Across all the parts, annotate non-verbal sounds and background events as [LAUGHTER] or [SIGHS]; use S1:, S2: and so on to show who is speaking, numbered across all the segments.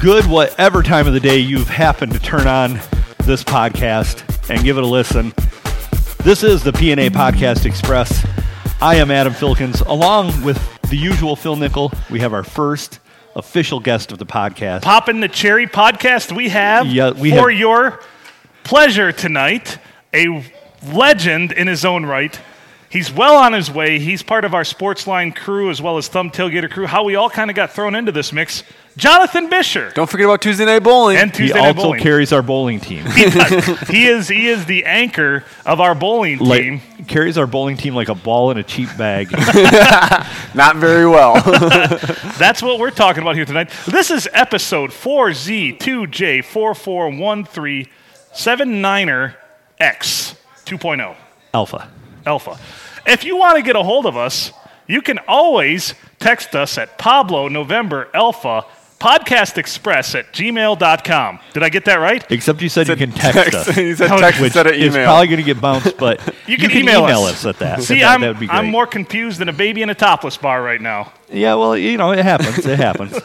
S1: good whatever time of the day you've happened to turn on this podcast and give it a listen. This is the PNA Podcast Express. I am Adam Filkins. Along with the usual Phil Nickel, we have our first official guest of the podcast.
S2: Popping the Cherry podcast we have
S1: Yeah, we
S2: for
S1: have-
S2: your pleasure tonight. A legend in his own right. He's well on his way. He's part of our Sportsline crew as well as Thumb Tailgater crew. How we all kind of got thrown into this mix. Jonathan Bisher
S3: Don't forget about Tuesday Night Bowling.
S2: and
S1: he
S2: Tuesday Night
S1: also
S2: Bowling.
S1: carries our bowling team.
S2: he, does. [LAUGHS]
S1: [LAUGHS]
S2: He is he is the anchor of our bowling team.
S1: Like, carries our bowling team like a ball in a cheap
S2: [LAUGHS]
S1: bag.
S3: Not very well. [LAUGHS]
S2: That's what we're talking about here tonight. This is episode er 4Z2J441379er-X 2.0
S1: Alpha.
S2: Alpha. If you want to get a hold of us, you can always text us at Pablo November Alpha Podcast Express at gmail.com. Did I get that right?
S1: Except you said you can text us.
S2: [LAUGHS]
S3: he said
S2: No,
S3: text
S1: which
S3: instead of
S1: is
S3: email.
S1: probably going to get bounced, but
S2: [LAUGHS] You can email us.
S1: us. at that.
S2: See,
S1: that,
S2: I'm,
S1: that would be great.
S2: I'm more confused than a baby in a topless bar right now.
S1: yeah, well, you know, it happens. It
S2: [LAUGHS]
S1: happens.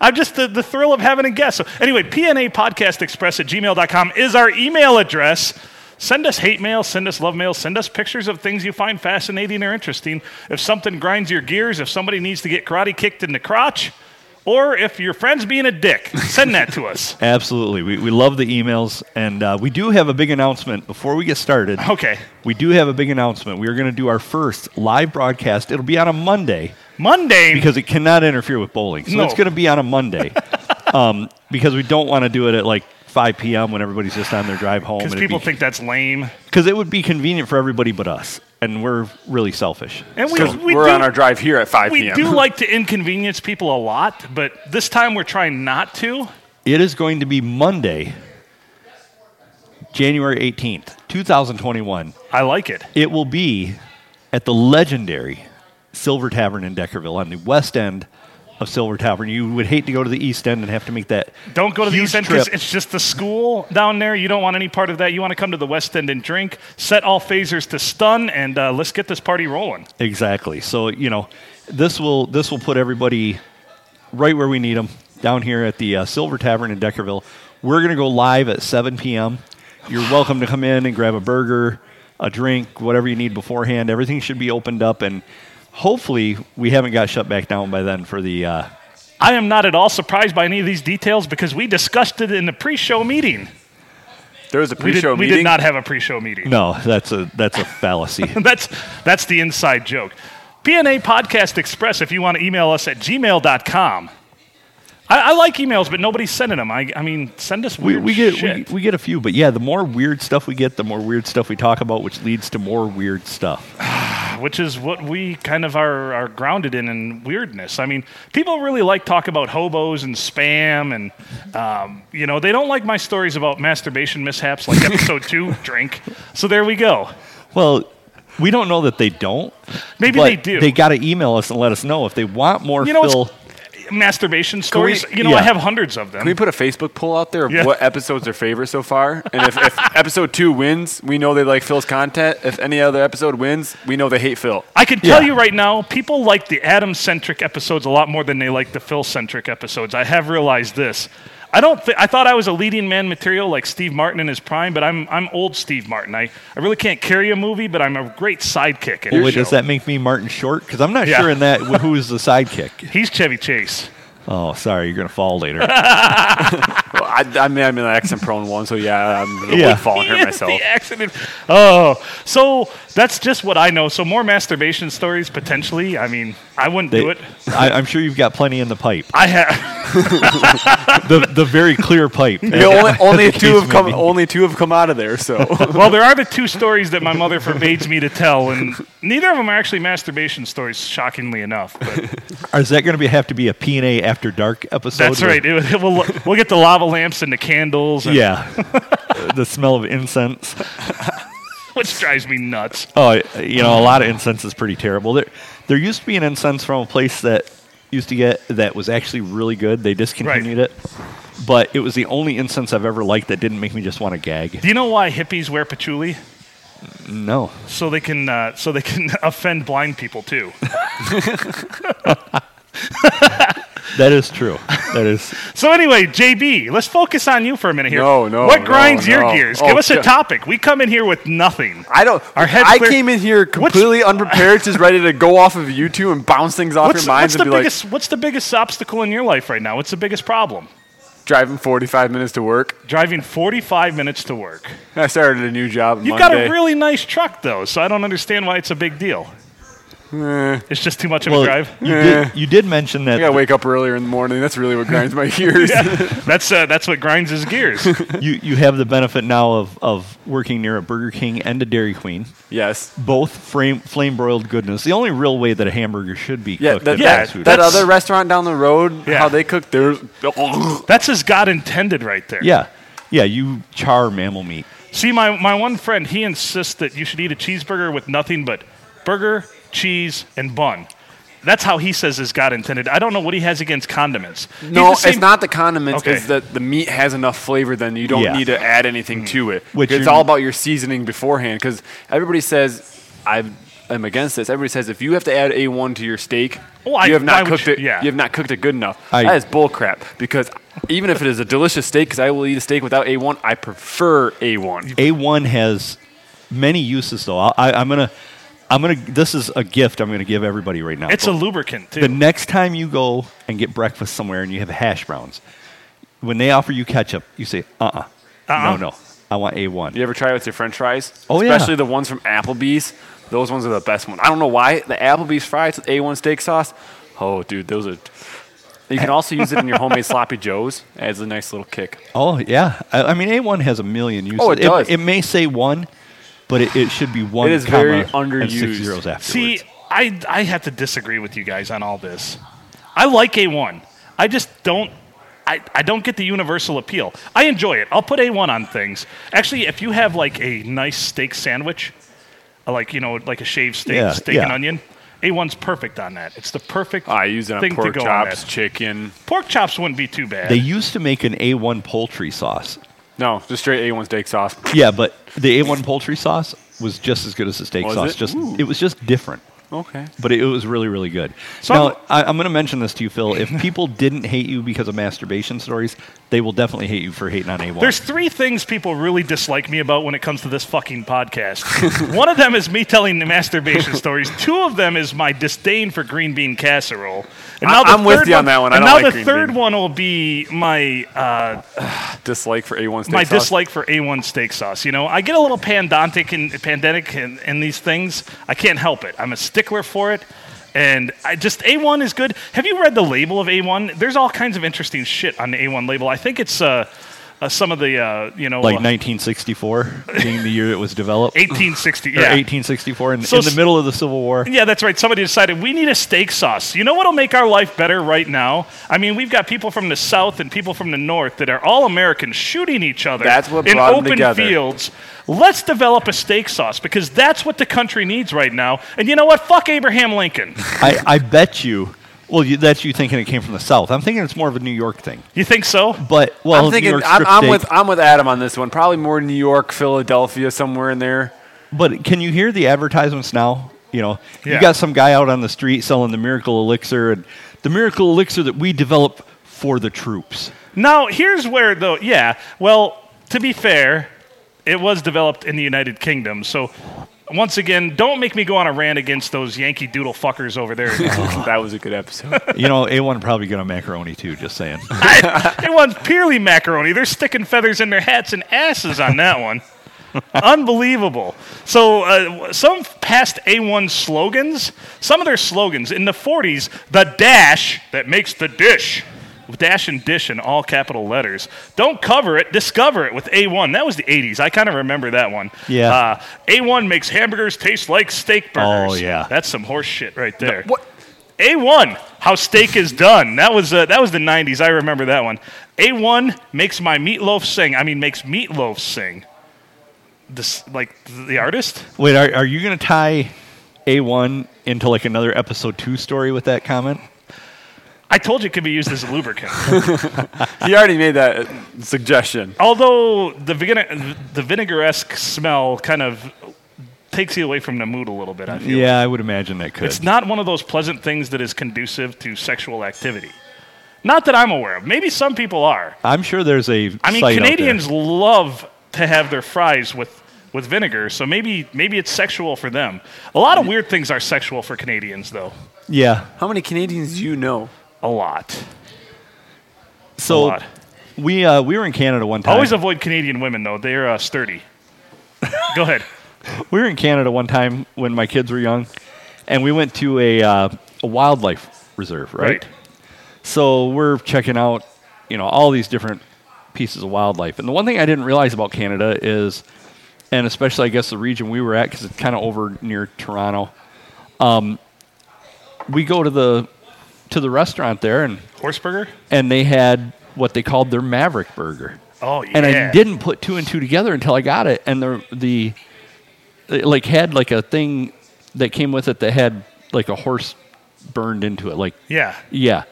S2: I'm just the, the thrill of having a guest. So anyway, PNA Podcast Express at gmail.com is our email address. Send us hate mail, send us love mail, send us pictures of things you find fascinating or interesting. If something grinds your gears, if somebody needs to get karate kicked in the crotch, or if your friend's being a dick, send that to us. [LAUGHS]
S1: Absolutely. We, we love the emails, and uh, we do have a big announcement before we get started.
S2: Okay.
S1: We do have a big announcement. We are going to do our first live broadcast. It'll be on a Monday
S2: Monday.
S1: because it cannot interfere with bowling. So
S2: No.
S1: it's going to be on a
S2: [LAUGHS]
S1: Monday um, because we don't want to do it at like 5 p.m. when everybody's just on their drive home.
S2: because
S1: it'd
S2: people
S1: be-
S2: think that's lame.
S1: because it would be convenient for everybody but us, and we're really selfish.
S2: And we,
S3: Because
S2: we
S3: we're
S2: do,
S3: on our drive here at 5
S2: we
S3: p.m.
S2: do like to inconvenience people a lot, but this time we're trying not to.
S1: It is going to be Monday, January 18th, 2021.
S2: I like it.
S1: It will be at the legendary Silver Tavern in Deckerville on the west end of Silver Tavern. You would hate to go to the east end and have to make that.
S2: Don't go to the
S1: huge
S2: East End
S1: trip.
S2: because it's just the school down there. You don't want any part of that. You want to come to the West End and drink. Set all phasers to stun, and uh, let's get this party rolling.
S1: Exactly. So you know, this will this will put everybody right where we need them down here at the uh, Silver Tavern in Deckerville. We're gonna go live at 7 p.m. You're welcome to come in and grab a burger, a drink, whatever you need beforehand. Everything should be opened up, and hopefully we haven't got shut back down by then for the. Uh,
S2: I am not at all surprised by any of these details because we discussed it in the pre-show meeting.
S3: There was a
S2: We, did,
S3: pre-show
S2: we
S3: meeting.
S2: did not have a pre-show meeting. [LAUGHS]
S1: no, that's a that's a fallacy.
S2: that's that's the inside joke. PNA Podcast Express. If you want to email us at gmail.com. I, I like emails, but nobody's sending them. I, I mean, send us
S1: We,
S2: weird
S1: we get
S2: shit.
S1: we, we get a few, but yeah, the more weird stuff we get, the more weird stuff we talk about, which leads to more weird stuff.
S2: which is what we kind of are, are grounded in in weirdness. I mean, people really like talk about hobos and spam, and um, you know they don't like my stories about masturbation mishaps like episode two [LAUGHS] drink. So there we go.
S1: Well, we don't know that they don't.
S2: Maybe
S1: but
S2: they do.
S1: They got to email us and let us know if they want more
S2: You know,
S1: Phil.
S2: it's masturbation stories. you know,
S1: yeah.
S2: I have hundreds of them.
S3: Can we put a Facebook poll out there of
S2: Yeah.
S3: what episodes are favorite so far? And
S2: [LAUGHS]
S3: if, if episode two wins, we know they like Phil's content. If any other episode wins, we know they hate Phil.
S2: I can tell
S1: Yeah.
S2: you right now, people like the Adam centric episodes a lot more than they like the Phil centric episodes. I have realized this. I don't. Th- I thought I was a leading man material like Steve Martin in his prime, but I'm I'm old Steve Martin. I, I really can't carry a movie, but I'm a great sidekick. In
S1: Well,
S2: your
S1: wait, does
S2: show.
S1: that make me Martin Short? Because I'm not
S2: Yeah.
S1: sure in
S2: [LAUGHS]
S1: that wh- who's the sidekick.
S2: He's Chevy Chase.
S1: Oh, sorry, you're gonna fall
S2: [LAUGHS]
S1: later.
S3: Well, I, I mean, I'm an accent prone one, so yeah, I'm gonna
S1: Yeah.
S3: yeah. fall and hurt
S2: Yes,
S3: myself.
S2: The accident. Oh, so that's just what I know. So more masturbation stories potentially. I mean, I wouldn't do it.
S1: I, I'm sure you've got plenty in the pipe.
S2: I have.
S1: The the very clear
S2: [LAUGHS]
S1: pipe.
S3: Yeah, only only
S1: The
S3: two
S1: case
S3: have come.
S1: may be.
S3: Only two have come out of there.
S2: [LAUGHS]
S3: So
S2: Well, there are the two stories that my mother forbids me to tell, and neither of them are actually masturbation stories, shockingly enough. But
S1: Is that going to be have to be a P&A after dark episode?
S2: that's
S1: or-
S2: right. It, it will, we'll get the lava lamps and the candles, and,
S1: Yeah. [LAUGHS] the smell of incense.
S2: which drives me nuts.
S1: Oh, you know, a lot of incense is pretty terrible. There, there used to be an incense from a place that used to get that was actually really good. They discontinued
S2: Right.
S1: it, but it was the only incense I've ever liked that didn't make me just want to gag.
S2: Do you know why hippies wear patchouli?
S1: No,
S2: So they can uh, so they can [LAUGHS] offend blind people too.
S1: that is true. That
S2: [LAUGHS]
S1: is.
S2: So anyway, JB, let's focus on you for a minute here.
S3: No, no,
S2: What
S3: no,
S2: grinds your
S3: no.
S2: gears?
S3: Oh,
S2: Give us a
S3: shit.
S2: topic. We come in here with nothing.
S3: I don't.
S2: Our head
S3: I
S2: clear-
S3: came in here completely unprepared, just ready to go off of you two and bounce things off
S2: What's,
S3: your minds
S2: what's the
S3: and be
S2: biggest What's the biggest obstacle in your life right now? What's the biggest problem?
S3: like, driving 45 minutes to work.
S2: Driving 45 minutes to work.
S3: I started a new job. on
S2: You've got a
S3: Monday.
S2: really nice truck though, so I don't understand why it's a big deal. It's just too much of a
S3: [LAUGHS]
S1: Well,
S2: drive. [LAUGHS]
S1: you did, you did mention that
S3: I gotta wake up earlier in the morning. That's really what grinds my [LAUGHS] gears.
S2: That's uh, that's what grinds his
S3: [LAUGHS]
S2: gears.
S1: you, you have the benefit now of, of working near a Burger King and a Dairy Queen,
S3: Yes.
S1: both frame, flame broiled goodness. The only real way that a hamburger should be
S3: Yeah,
S1: cooked
S3: that,
S1: in
S2: yeah,
S1: fast
S3: that,
S1: food.
S3: that
S2: that's-
S3: other restaurant down the road,
S2: Yeah. Oh,
S3: how they
S2: [LAUGHS]
S3: cook theirs.
S2: That's as God intended right there.
S1: yeah, yeah, you char mammal meat.
S2: See, my, my one friend, he insists that you should eat a cheeseburger with nothing but burger, cheese, and bun. That's how he says is God intended. I don't know what he has against condiments. He's
S3: No,
S2: the same-
S3: it's not the condiments.
S2: Okay.
S3: It's that the meat has enough flavor, then you don't
S1: Yeah.
S3: need to add
S2: Mm.
S3: anything to it.
S1: Which
S3: it's
S1: you're-
S3: all about your seasoning beforehand. Because everybody says, I'm, I'm against this. Everybody says if you have to add A1 to your steak,
S2: Well, I-
S3: you have
S2: why
S3: not
S2: would
S3: cooked
S2: you-
S3: it.
S2: yeah.
S3: You have not cooked it good enough.
S1: I-
S3: that is bull crap. Because even if it is a delicious steak, because I will eat a steak without A1, I prefer A1.
S1: A1 has many uses though. I, I, I'm gonna, I'm gonna. This is a gift I'm gonna give everybody right now.
S2: It's a lubricant, too.
S1: the next time you go and get breakfast somewhere and you have hash browns, when they offer you ketchup, you say, uh-uh,
S2: Uh-uh.
S1: no, no, I want A1.
S3: You ever try it with your French fries?
S1: Oh, yeah.
S3: Especially the ones from Applebee's. Those ones are the best ones. I don't know why the Applebee's fries with A1 steak sauce. Oh, dude, those are. You can also use it in your [LAUGHS] homemade sloppy joes. Adds a nice little kick.
S1: Oh yeah, I, I mean A1 has a million uses.
S3: Oh, it does.
S1: It, may say one, but it, it should be one.
S3: It is
S1: comma
S3: very
S1: and six
S3: underused.
S1: zeros afterwards.
S2: See, I, I have to disagree with you guys on all this. I like A1. I just don't. I, I don't get the universal appeal. I enjoy it. I'll put A1 on things. Actually, if you have like a nice steak sandwich, uh, like you know, like a shaved steak,
S1: Yeah,
S2: steak and
S1: yeah.
S2: onion, A1's perfect on that. It's the perfect
S3: I use it on
S2: thing
S3: pork
S2: to go on
S3: chops,
S2: that.
S3: chicken.
S2: Pork chops wouldn't be too bad.
S1: they used to make an A1 poultry sauce.
S3: No, just straight A1 steak sauce.
S1: Yeah, but the A1 poultry sauce was just as good as the steak
S3: Was
S1: sauce.
S3: it?
S1: Just
S3: Ooh.
S1: it was just different.
S3: Okay.
S1: but it was really, really good. now, I, I'm going to mention this to you, Phil. If people didn't hate you because of masturbation stories, they will definitely hate you for hating on A1.
S2: There's three things people really dislike me about when it comes to this fucking podcast. [LAUGHS] One of them is me telling the masturbation stories. Two of them is my disdain for green bean casserole. And
S3: I- I'm with
S2: third
S3: you on that one. I
S2: and
S3: don't
S2: now
S3: like
S2: the
S3: green
S2: third
S3: bean.
S2: one will be my uh,
S3: Dislike for A1 steak
S2: my
S3: sauce.
S2: dislike for A1 steak sauce. You know, I get a little pedantic and pandemic in, in these things. I can't help it. I'm a stickler for it. And I just A1 is good. Have you read the label of A1? There's all kinds of interesting shit on the A1 label. I think it's uh, uh, some of the uh, you know
S1: like
S2: uh,
S1: 1964 being the year it was
S2: [LAUGHS]
S1: developed.
S2: 1860.
S1: Or
S2: Yeah.
S1: 1864 in,
S2: So
S1: in the
S2: s-
S1: middle of the Civil War.
S2: yeah, that's right. Somebody decided we need a steak sauce. You know what'll make our life better right now? I mean, we've got people from the south and people from the north that are all Americans shooting each other
S3: That's what
S2: in
S3: brought 'em
S2: open
S3: together.
S2: fields. Let's develop a steak sauce because that's what the country needs right now. And you know what? Fuck Abraham Lincoln.
S1: I, I bet you. Well, you, that's you thinking it came from the South. I'm thinking it's more of a New York thing.
S2: You think so?
S1: But well,
S3: I'm
S1: New
S3: thinking
S1: York
S3: I'm,
S1: strip
S3: I'm
S1: steak.
S3: with I'm with Adam on this one. Probably more New York, Philadelphia, somewhere in there.
S1: But can you hear the advertisements now? You know,
S2: Yeah.
S1: you got some guy out on the street selling the miracle elixir and the miracle elixir that we develop for the troops.
S2: Now, here's where, though, yeah, well, to be fair, it was developed in the United Kingdom. So, once again, don't make me go on a rant against those Yankee Doodle fuckers over there.
S3: [LAUGHS] [LAUGHS] that was a good episode.
S1: You know, A1 probably good on macaroni too, just saying. [LAUGHS]
S2: [LAUGHS] It was purely macaroni. They're sticking feathers in their hats and asses on that one. Unbelievable. So, uh, some past A1 slogans, some of their slogans in the 40s, the dash that makes the dish, dash and dish in all capital letters. Don't cover it, discover it with A1. That was the 80s. I kind of remember that one.
S1: Yeah.
S2: Uh, A1 makes hamburgers taste like steak burgers.
S1: Oh, yeah.
S2: That's some horse shit right there.
S3: what?
S2: A1, how steak is done. That was uh, that was the 90s. I remember that one. A1 makes my meatloaf sing. I mean, makes meatloaf sing. This like the artist.
S1: Wait, are, are you going to tie A1 into like another episode two story with that comment?
S2: I told you it could be used as a
S1: [LAUGHS]
S2: lubricant.
S3: he already made that uh, suggestion.
S2: Although the vinegar the vinegaresque smell kind of takes you away from the mood a little bit. I feel.
S1: Yeah, I would imagine that could.
S2: It's not one of those pleasant things that is conducive to sexual activity. Not that I'm aware of. Maybe some people are.
S1: I'm sure there's a.
S2: I mean,
S1: site out there.
S2: Canadians love to have their fries with, with vinegar, so maybe maybe it's sexual for them. A lot of weird things are sexual for Canadians, though.
S1: Yeah.
S3: How many Canadians do you know?
S2: A lot.
S1: So
S2: lot.
S1: we uh, we were in Canada one time.
S2: Always avoid Canadian women, though. They're uh, sturdy. Go ahead.
S1: we were in Canada one time when my kids were young, and we went to a, uh, a wildlife reserve, [LAUGHS] right?
S2: Right.
S1: So we're checking out, you know, all these different pieces of wildlife. And the one thing I didn't realize about Canada is, and especially I guess the region we were at, because it's kind of over near Toronto. Um, we go to the to the restaurant there, and
S2: Horseburger?
S1: and they had what they called their Maverick Burger.
S2: Oh, yeah.
S1: and I didn't put two and two together until I got it, and the the it, like had like a thing that came with it that had like a horse burned into it, like
S2: Yeah.
S1: yeah,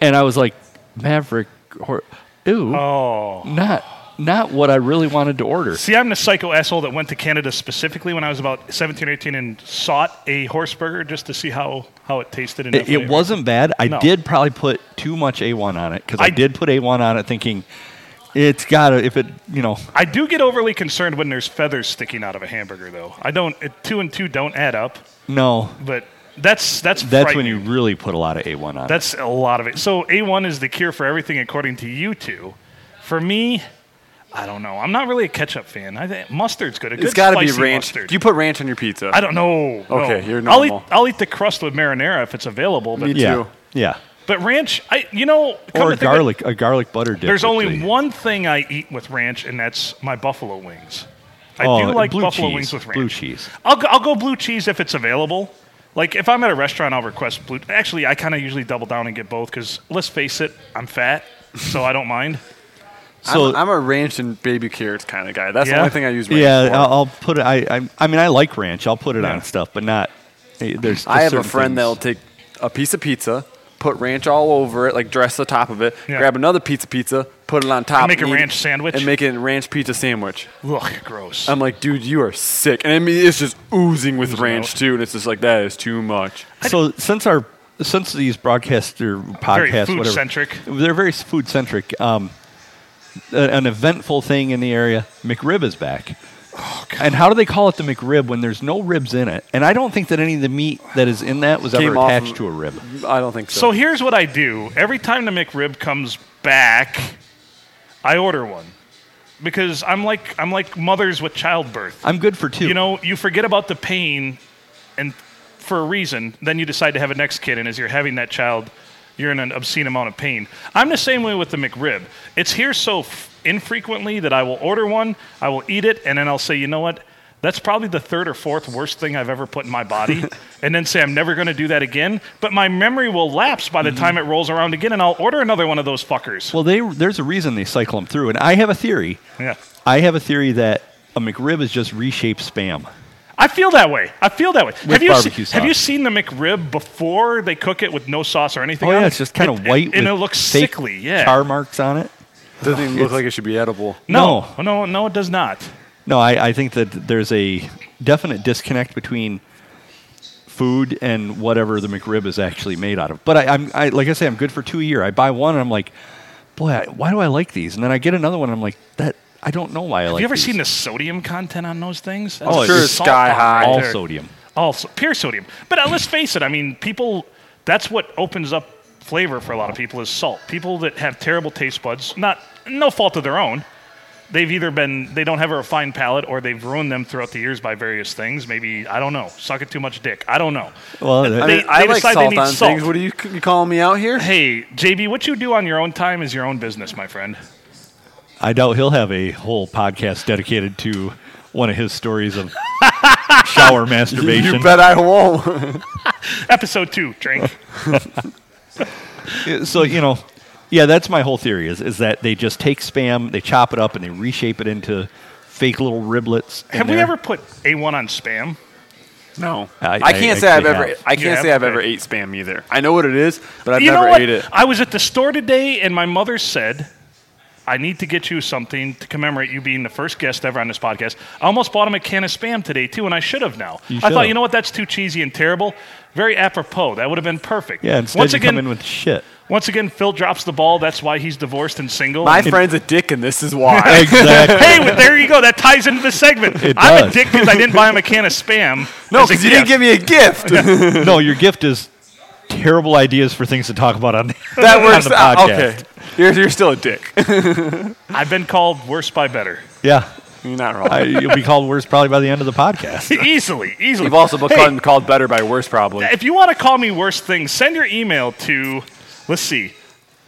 S1: and I was like Maverick, hor- ooh,
S2: Oh.
S1: not not what I really wanted to order.
S2: See, I'm the psycho asshole that went to Canada specifically when I was about 17 or 18 and sought a horse burger just to see how, how it tasted. And
S1: It,
S2: flavor.
S1: it wasn't bad. I
S2: No.
S1: did probably put too much A one on it because I,
S2: I-
S1: did put A one on it, thinking it's gotta if it you know
S2: I do get overly concerned when there's feathers sticking out of a hamburger, though. I don't. It, two and two don't add up,
S1: no.
S2: but that's that's
S1: That's when
S2: frightening.
S1: you really put a lot of A one on. it.
S2: That's a lot of it. So A1 is the cure for everything, according to you two. For me, I don't know. I'm not really a ketchup fan. I think mustard's good. A good
S3: it's got to be
S2: spicy
S3: ranch.
S2: Mustard.
S3: Do you put ranch on your pizza?
S2: I don't know. No.
S3: Okay, you're
S2: I'll
S3: normal.
S2: eat, I'll eat the crust with marinara if it's available. But,
S3: Me
S1: yeah,
S3: too.
S1: yeah.
S2: but ranch, I you know, come
S1: Or
S2: to think of it,
S1: garlic, a garlic butter dip.
S2: there's
S1: would
S2: only
S1: be-
S2: one thing I eat with ranch, and that's my buffalo wings. I
S1: Oh,
S2: do like
S1: blue
S2: buffalo
S1: cheese,
S2: wings with ranch.
S1: blue cheese.
S2: I'll go, I'll go blue cheese if it's available. Like if I'm at a restaurant, I'll request blue. Actually, I kind of usually double down and get both because let's face it, I'm fat, so I don't mind.
S1: So
S3: I'm, I'm a ranch and baby carrots kind of guy. That's
S2: Yeah?
S3: the only thing I use. Ranch
S1: yeah,
S3: for.
S1: I'll, I'll put it. I, I I mean, I like ranch. I'll put it
S2: Yeah.
S1: on stuff, but not. eh, There's.
S3: I have a
S1: certain
S3: friend
S1: things.
S3: that'll take a piece of pizza, put ranch all over it, like dress the top of it,
S2: Yeah.
S3: grab another pizza pizza, put it on top,
S2: make a
S3: eat
S2: ranch
S3: it,
S2: sandwich?
S3: and make a ranch pizza sandwich.
S2: [LAUGHS] Ugh, gross.
S3: I'm like, dude, you are sick, and I mean, it's just oozing with ranch
S2: out.
S3: too, and it's just like that is too much.
S1: So since our since these broadcasts or podcasts, whatever,
S2: food-centric.
S1: they're very food centric. Um, a- an eventful thing in the area, McRib is back.
S2: Oh,
S1: and how do they call it the McRib when there's no ribs in it? And I don't think that any of the meat that is in that was ever
S3: Came off
S1: attached
S3: of-
S1: to a rib.
S3: I don't think so.
S2: so here's what I do: every time the McRib comes back, I order one because I'm like I'm like mothers with childbirth.
S1: I'm good for two.
S2: You know, you forget about the pain, and for a reason, then you decide to have a next kid, and as you're having that child, you're in an obscene amount of pain. I'm the same way with the McRib. It's here so f- infrequently that I will order one, I will eat it, and then I'll say, you know what? That's probably the third or fourth worst thing I've ever put in my body, and then say I'm never going to do that again. But my memory will lapse by the time it rolls around again, and I'll order another one of those fuckers.
S1: well, they there's a reason they cycle them through, and I have a theory.
S2: Yeah,
S1: I have a theory that a McRib is just reshaped spam.
S2: I feel that way. I feel that way. have you
S1: barbecue
S2: seen, have you
S1: sauce.
S2: seen the McRib before they cook it with no sauce or anything?
S1: Oh
S2: on
S1: yeah,
S2: it?
S1: it's just kind of
S2: It-
S1: white
S2: it-
S1: with
S2: and it looks
S1: fake
S2: sickly. Yeah.
S1: tar marks on it.
S3: doesn't even look like it should be edible.
S2: no, no, no, it does not.
S1: No, I, I think that there's a definite disconnect between food and whatever the McRib is actually made out of. But I, I'm I, like I say, I'm good for two a year. I buy one and I'm like, boy, I, why do I like these? And then I get another one. and I'm like, that I don't know why I like.
S2: Have you ever
S1: these.
S2: seen the sodium content on those things? That's
S1: Oh,
S2: a
S1: sure,
S2: salt
S1: it's
S3: sky
S2: bomb
S3: high.
S2: right
S1: all
S2: there.
S1: sodium?
S2: all so- pure sodium. But uh, let's face it. I mean, people. That's what opens up flavor for a lot of people is salt. People that have terrible taste buds, not no fault of their own. They've either been they don't have a refined palate, or they've ruined them throughout the years by various things. Maybe I don't know, sucking too much dick. I don't know.
S1: Well,
S3: I
S1: that-
S2: They-
S3: mean, I
S2: they
S3: like
S2: decide they
S3: salt
S2: need
S3: on
S2: salt.
S3: things. What are you, you calling me out here?
S2: Hey, JB, what you do on your own time is your own business, my friend.
S1: I doubt he'll have a whole podcast dedicated to one of his stories
S2: [LAUGHS]
S1: of shower masturbation.
S3: You bet I won't.
S2: Episode two, drink.
S3: Oh,
S1: so you know yeah that's my whole theory is is that they just take spam they chop it up and they reshape it into fake little riblets in
S2: have we
S1: there.
S2: ever put A1 on spam?
S3: No,
S1: I-
S3: I,
S1: I
S3: can't say I've
S1: actually
S3: ever.
S1: have.
S3: I
S2: You
S3: can't
S2: have?
S3: say I've
S2: Okay.
S3: ever ate spam either. I know what it is, but I've
S2: you
S3: never
S2: know what?
S3: ate it.
S2: I was at the store today, and my mother said, "I need to get you something to commemorate you being the first guest ever on this podcast." I almost bought him a can of spam today too, and I should have now.
S1: You
S2: I
S1: should've.
S2: thought, you know what? That's too cheesy and terrible. Very apropos. That would have been perfect.
S1: yeah instead
S2: Once
S1: you
S2: again, [LAUGHS]
S1: come in with shit
S2: Once again, Phil drops the ball. That's why he's divorced and single.
S3: My
S2: And-
S3: friend's a dick, and this
S2: [LAUGHS]
S3: is why. [LAUGHS]
S1: Exactly.
S2: hey, well, there you go. That ties into the segment.
S1: It
S2: I'm a
S1: does.
S2: dick because I didn't buy him a can
S1: [LAUGHS]
S2: of spam.
S3: no,
S2: as a
S3: because you didn't
S2: gift.
S3: give me a gift.
S1: no, your gift is terrible ideas for things to talk about on
S3: [LAUGHS]
S1: [LAUGHS]
S3: that works.
S1: the
S3: out.
S1: podcast.
S3: okay, you're, you're still a dick. [LAUGHS]
S2: I've been called worse by better. [LAUGHS]
S1: Yeah.
S3: you're not wrong.
S1: I, you'll be called worse probably by the end of the
S2: [LAUGHS]
S1: podcast.
S2: easily, easily.
S3: You've also been
S2: Hey,
S3: called, called better by worse, probably.
S2: if you want to call me worse things, send your email to, let's see,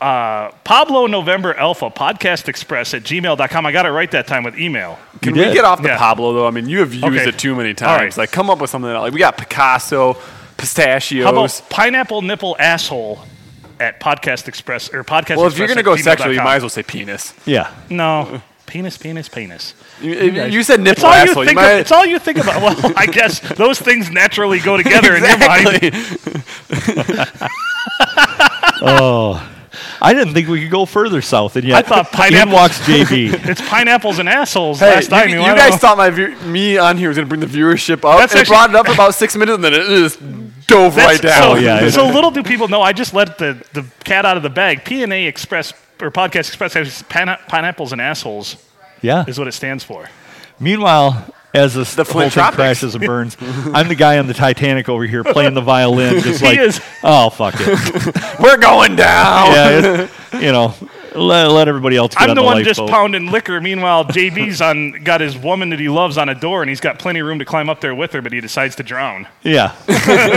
S2: uh, Pablo November Alpha Podcast Express at gmail.com. I got it right that time with email.
S3: Can
S1: You
S3: we
S1: did.
S3: get off the
S2: Yeah.
S3: Pablo though? I mean, you have used
S2: Okay.
S3: it too many
S2: All
S3: times.
S2: right.
S3: Like, come up with something else. Like, we got Picasso, pistachios.
S2: How about pineapple nipple asshole at Podcast Express or Podcast
S3: well, if you're gonna
S2: gonna
S3: go sexual, you might as well say penis.
S1: Yeah.
S2: No. Penis, penis,
S3: [LAUGHS]
S2: penis.
S3: You, if you said
S2: It's
S3: nipple
S2: all, you
S3: asshole.
S2: think
S3: you might,
S2: of, it's all you think about.
S3: [LAUGHS]
S2: Well, I guess those things naturally go together in your mind.
S1: I didn't think we could go further south, and yet
S2: I thought
S1: in
S2: pineapple-
S1: walks
S2: [LAUGHS]
S1: JB.
S2: It's pineapples and assholes.
S3: Hey,
S2: last time
S3: you,
S2: knew,
S3: you
S2: I don't
S3: guys
S2: know.
S3: thought my view, me on here was gonna bring the viewership up.
S2: That's
S3: That's it
S2: actually-
S3: brought it up about six minutes, and then it just dove
S2: That's-
S3: right down.
S2: So,
S1: yeah, yeah.
S2: so little do people know, I just let the, the cat out of the bag. P&A Express or Podcast Express has pine- pineapples and assholes
S1: Yeah.
S2: is what it stands for.
S1: Meanwhile, as this the whole
S3: Flint
S1: thing
S3: Tropics.
S1: crashes and burns, I'm the guy on the Titanic over here playing the violin, just
S2: [LAUGHS] He
S1: like,
S2: is.
S1: oh fuck
S2: [LAUGHS]
S1: it,
S3: We're going down.
S1: yeah, it's, you know, let, let everybody else. Get
S2: I'm
S1: on
S2: the,
S1: the
S2: one just
S1: lifeboat.
S2: pounding liquor. Meanwhile, JB's on got his woman that he loves on a door, and he's got plenty of room to climb up there with her, but he decides to drown.
S1: Yeah. [LAUGHS]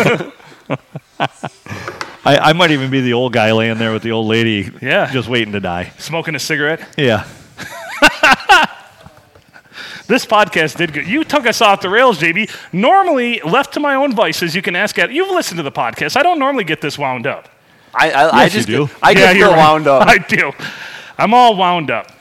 S1: I, I might even be the old guy laying there with the old lady,
S2: Yeah.
S1: just waiting to die.
S2: Smoking a cigarette.
S1: Yeah.
S2: This podcast did good. You took us off the rails, JB. Normally, left to my own vices, you can ask at. You've listened to the podcast. I don't normally get this wound up.
S3: I, I, I
S1: Yes, you
S3: just,
S1: do.
S3: I get
S2: you're
S3: feel
S2: right.
S3: wound
S2: [LAUGHS]
S3: up.
S2: I do. I'm all wound up.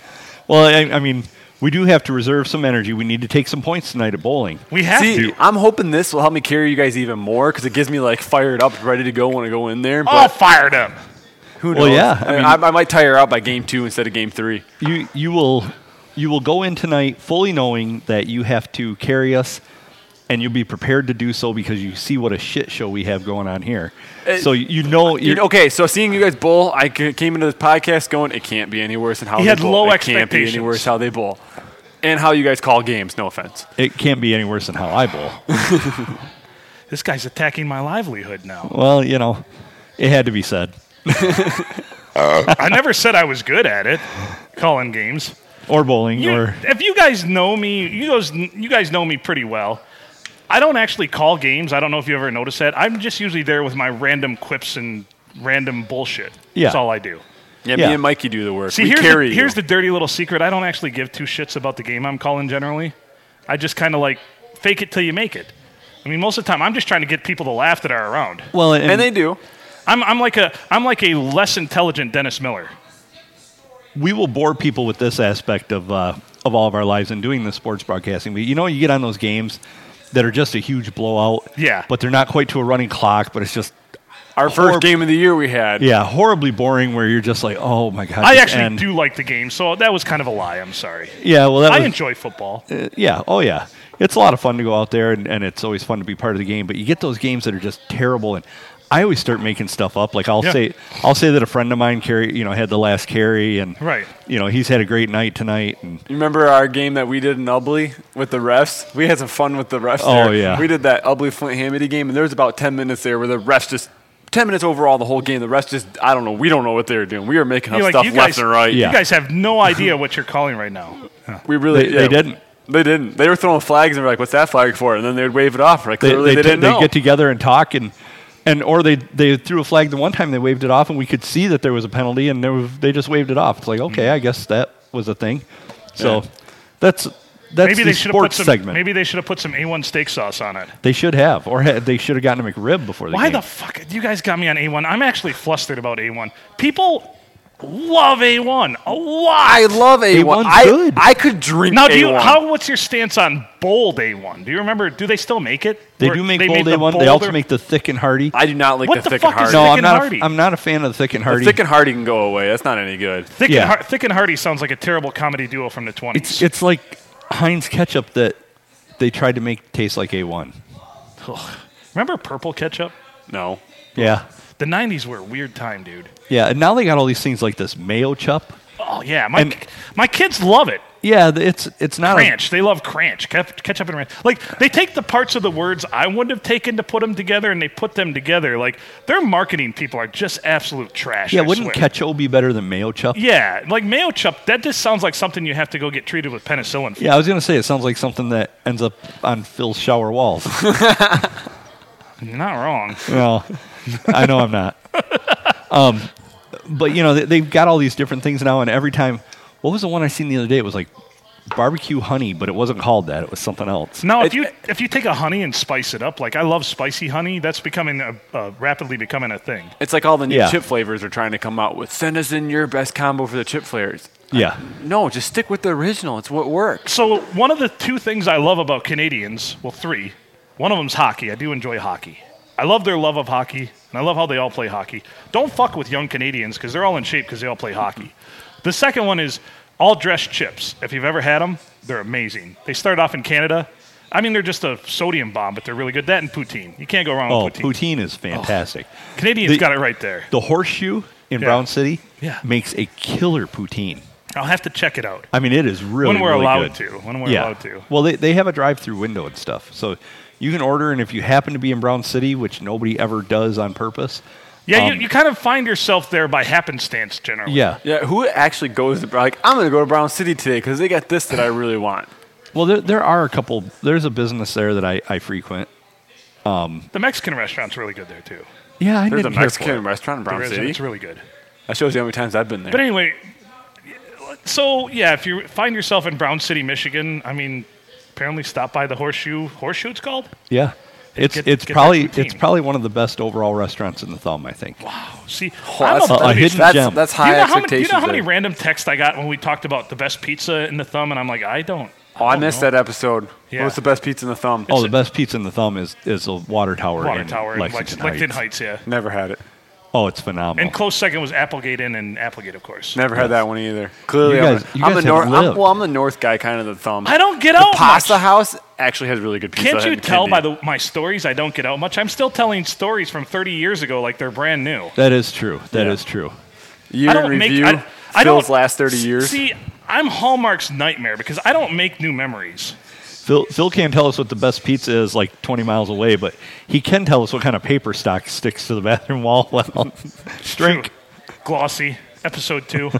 S1: Well, I, I mean, we do have to reserve some energy. We need to take some points tonight at bowling.
S2: We have
S3: See,
S2: to.
S3: I'm hoping this will help me carry you guys even more because it gives me like fired up, ready to go when I go in there.
S2: All
S3: But
S2: fired up. Oh,
S3: who knows?
S1: Well, yeah, I
S3: I,
S1: mean-
S3: I, I might tire out by game two instead of game three.
S1: You you will you will go in tonight fully knowing that you have to carry us, and you'll be prepared to do so because you see what a shit show we have going on here. so you know
S3: Uh, You
S1: you're,
S3: know, okay, so seeing you guys bowl, I c- came into this podcast going, it can't be any worse than how
S2: He
S3: they
S2: had
S3: bowl.
S2: low
S3: it can't be any
S2: expectations.
S3: worse how they bowl, and how you guys call games. No offense.
S1: it can't be any worse than how I bowl.
S2: This guy's attacking my livelihood now.
S1: well, you know, it had to be said.
S2: I never said I was good at it, calling games.
S1: Or bowling,
S2: You-
S1: or
S2: if you guys know me, you guys, you guys know me pretty well. I don't actually call games. I don't know if you ever noticed that. I'm just usually there with my random quips and random bullshit.
S1: Yeah.
S2: That's all I do.
S3: Yeah,
S1: Yeah.
S3: me and Mikey do the work.
S2: See,
S3: we
S2: here's,
S3: carry
S2: the,
S3: you.
S2: here's the dirty little secret. I don't actually give two shits about the game I'm calling generally. I just kind of like fake it till you make it. I mean, most of the time, I'm just trying to get people to laugh that are around.
S1: well,
S3: and they do.
S2: I'm, I'm like a I'm like a less intelligent Dennis Miller.
S1: we will bore people with this aspect of uh, of all of our lives in doing this sports broadcasting. But you know, you get on those games that are just a huge blowout.
S2: Yeah.
S1: but they're not quite to a running clock. But it's just
S3: Our first
S1: Or-
S3: game of the year we had.
S1: yeah, horribly boring. Where you're just like, oh my god.
S2: I
S1: this
S2: actually
S1: end.
S2: do like the game, so that was kind of a lie. I'm sorry.
S1: Yeah, well, that
S2: I
S1: was,
S2: enjoy football.
S1: uh, yeah, oh yeah. It's a lot of fun to go out there, and, and it's always fun to be part of the game. But you get those games that are just terrible, and I always start making stuff up. Like I'll
S2: Yeah.
S1: say, I'll say that a friend of mine carry, you know, had the last carry, and
S2: Right.
S1: you know, he's had a great night tonight, and
S3: You remember our game that we did in Ubley with the refs? We had some fun with the refs.
S1: Oh,
S3: there.
S1: yeah.
S3: We did that Ubley Flint Hamity game, and there was about ten minutes there where the refs just. 10 minutes overall, the whole game. The refs just, I don't know. We don't know what they were doing. We were making up
S2: You're like,
S3: stuff
S2: you
S3: left
S2: guys-
S3: and right.
S1: Yeah.
S2: You guys
S1: [LAUGHS]
S2: have no idea what you're calling right now.
S3: We really
S1: They- they didn't.
S3: They didn't. They were throwing flags and we're like, "What's that flag for?" And then they'd wave it off. Like
S1: they,
S3: clearly they,
S1: they,
S3: didn't
S1: they
S3: know.
S1: get together and talk and and or they they threw a flag the one time they waved it off and we could see that there was a penalty and there was, they just waved it off it's like okay i guess that was a thing so
S3: Yeah.
S1: that's that's
S2: Maybe
S1: the
S2: they should have put
S1: sports
S2: some.
S1: segment
S2: Maybe they should have put some A1 steak sauce on it.
S1: they should have or had, they should have gotten a mcrib before the
S2: Why
S1: game
S2: the fuck? You guys got me on A1. I'm actually flustered about A1. People love A1 a lot.
S3: I love A1.
S1: A1's
S3: I,
S1: good.
S3: I could drink
S2: now,
S3: A1.
S2: do you, how? What's your stance on bold A1? Do you remember? Do they still make it?
S1: they
S2: Or
S1: do make
S2: made
S1: bold
S2: the
S1: a1 they also
S2: bolder-
S1: make the thick and hardy
S3: I do not like
S2: What
S3: the
S2: the
S3: thick
S2: fuck
S3: and
S2: is
S1: no
S2: thick
S3: hardy.
S1: i'm
S2: and
S1: not
S2: hardy.
S1: A, i'm not a fan of the thick and
S3: The
S1: hardy
S3: thick and hardy can go away. That's not any good.
S2: Thick,
S1: Yeah.
S2: and hard, thick and Hardy sounds like a terrible comedy duo from the 20s.
S1: it's it's like heinz ketchup that they tried to make taste like a1
S2: Remember purple ketchup?
S3: No.
S1: yeah
S2: The 90s were a weird time, dude.
S1: Yeah, and now they got all these things like this mayo chup.
S2: Oh, yeah. My,
S1: And-
S2: my kids love it.
S1: Yeah, th- it's it's not a,
S2: Ranch. They love cranch. Kep- Ketchup and ranch. Like they take the parts of the words I wouldn't have taken to put them together, and they put them together. Like their marketing people are just absolute trash.
S1: yeah.
S2: I
S1: Wouldn't
S2: swear.
S1: ketchup be better than mayo chup?
S2: Yeah, like mayo chup. That just sounds like something you have to go get treated with penicillin. For.
S1: Yeah, I was gonna say it sounds like something that ends up on Phil's shower walls. [LAUGHS]
S2: You're not wrong.
S1: well, I know I'm not. [LAUGHS] Um, but you know they, they've got all these different things now, and every time, what was the one I seen the other day? It was like barbecue honey, but it wasn't called that. It was something else.
S2: No, if
S3: It-
S2: you if you take a honey and spice it up, like I love spicy honey. That's becoming a, uh, rapidly becoming a thing.
S3: It's like all the new
S1: Yeah.
S3: chip flavors are trying to come out with. Send us in your best combo for the chip flavors.
S2: Mm-hmm.
S1: Yeah,
S3: No, just stick with the original. It's what works.
S2: So one of the two things I love about Canadians, well, three. One of them's hockey. I do enjoy hockey. I love their love of hockey, and I love how they all play hockey. Don't fuck with young Canadians because they're all in shape because they all play hockey. The second one is all dressed chips. If you've ever had them, they're amazing. They start off in Canada. I mean, they're just a sodium bomb, but they're really good. That and poutine. You can't go wrong
S1: oh,
S2: with poutine.
S1: poutine is fantastic.
S2: Canadians
S1: The-
S2: got it right there.
S1: The horseshoe in Brown City
S2: Yeah.
S1: makes a killer poutine.
S2: I'll have to check it out
S1: I mean, it is really
S2: when we're
S1: really
S2: allowed
S1: good.
S2: to. When we're allowed to.
S1: Well, they, they have a drive through window and stuff. So you can order, and if you happen to be in Brown City, which nobody ever does on purpose.
S2: Yeah,
S1: um,
S2: you, you kind of find yourself there by happenstance generally.
S1: Yeah.
S3: Yeah, who actually goes to Brown? Like, I'm going to go to Brown City today because they got this that I
S1: [LAUGHS]
S3: really want.
S1: Well, there, there are a couple. There's a business there that I, I frequent.
S2: The Mexican restaurant's really good there too.
S1: Yeah, I
S3: There's a
S1: didn't care for
S3: Mexican
S1: it.
S3: restaurant in
S2: There
S3: Brown
S2: is,
S3: City.
S2: It's really good.
S3: That shows you how many times I've been
S2: But
S3: there.
S2: anyway, so yeah, if you find yourself in Brown City, Michigan, I mean, apparently stop by the Horseshoe. Horseshoe, it's called.
S1: Yeah. It's,
S2: Get-
S1: it's
S2: get that
S1: probably
S2: poutine.
S1: it's probably one of the best overall restaurants in the thumb, I think.
S2: See,
S3: Oh,
S2: I'm
S3: that's,
S2: a
S1: a
S2: British-
S1: hidden
S3: that's,
S1: gem.
S3: that's
S2: Do
S3: high
S2: you, know how many,
S3: expectations.
S2: do you know how many
S3: there.
S2: random texts I got when we talked about the best pizza in the thumb? And I'm like, I don't.
S3: Oh, I
S2: don't
S3: missed
S2: know.
S3: that episode.
S2: Yeah.
S3: What's the best pizza in the thumb?
S1: Oh, the best pizza in the thumb is is the Water Tower.
S2: Water
S1: in
S2: Tower in Lexington,
S1: Lexington,
S2: Lexington
S1: Heights.
S2: Heights. yeah.
S3: Never had it.
S1: Oh, it's phenomenal.
S2: And close second was Applegate Inn and Applegate, of course.
S3: Never had that one either. Clearly,
S1: You
S3: I'm-
S1: guys- you
S3: I'm,
S1: guys
S3: the
S1: have
S3: north. I'm,
S1: lived.
S3: well, I'm the north guy, kind of the thumb.
S2: I don't get
S3: the
S2: out
S3: Pasta
S2: much.
S3: House actually has really good pizza.
S2: Can't you
S3: and
S2: tell
S3: candy.
S2: by the, my stories I don't get out much? I'm still telling stories from 30 years ago like they're brand new.
S1: that is true. That is
S3: Yeah.
S1: true.
S3: year
S2: I don't
S3: in
S2: make
S3: review?
S2: I, I
S3: Phil's
S2: don't,
S3: last 30 years.
S2: See, I'm Hallmark's nightmare because I don't make new memories.
S1: Phil, Phil can't tell us what the best pizza is like 20 miles away, but he can tell us what kind of paper stock sticks to the [LAUGHS] bathroom wall well. drink,
S2: Glossy episode two.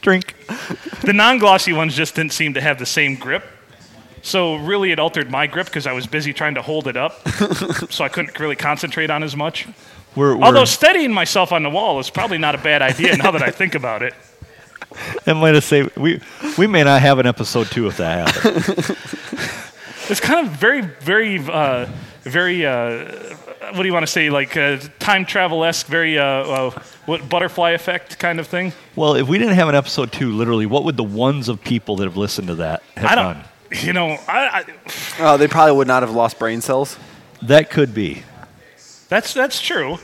S1: drink.
S2: the non-glossy ones just didn't seem to have the same grip. So really, it altered my grip because I was busy trying to hold it
S3: [LAUGHS]
S2: up, so I couldn't really concentrate on as much.
S1: We're, we're,
S2: Although steadying myself on the wall is probably not a bad idea now that I think about it.
S1: that might have saved, we, we may not have an episode two if that
S2: [LAUGHS]
S1: happens.
S2: It's kind of very, very, uh, very. Uh, what do you want to say? Like uh, time travel esque, very uh, uh, what butterfly effect kind of thing.
S1: well, if we didn't have an episode two, literally, what would the ones of people that have listened to that have
S2: I don't.
S1: done?
S2: You know, I, I,
S3: Oh, they probably would not have lost brain cells.
S1: That could be.
S2: that's that's true.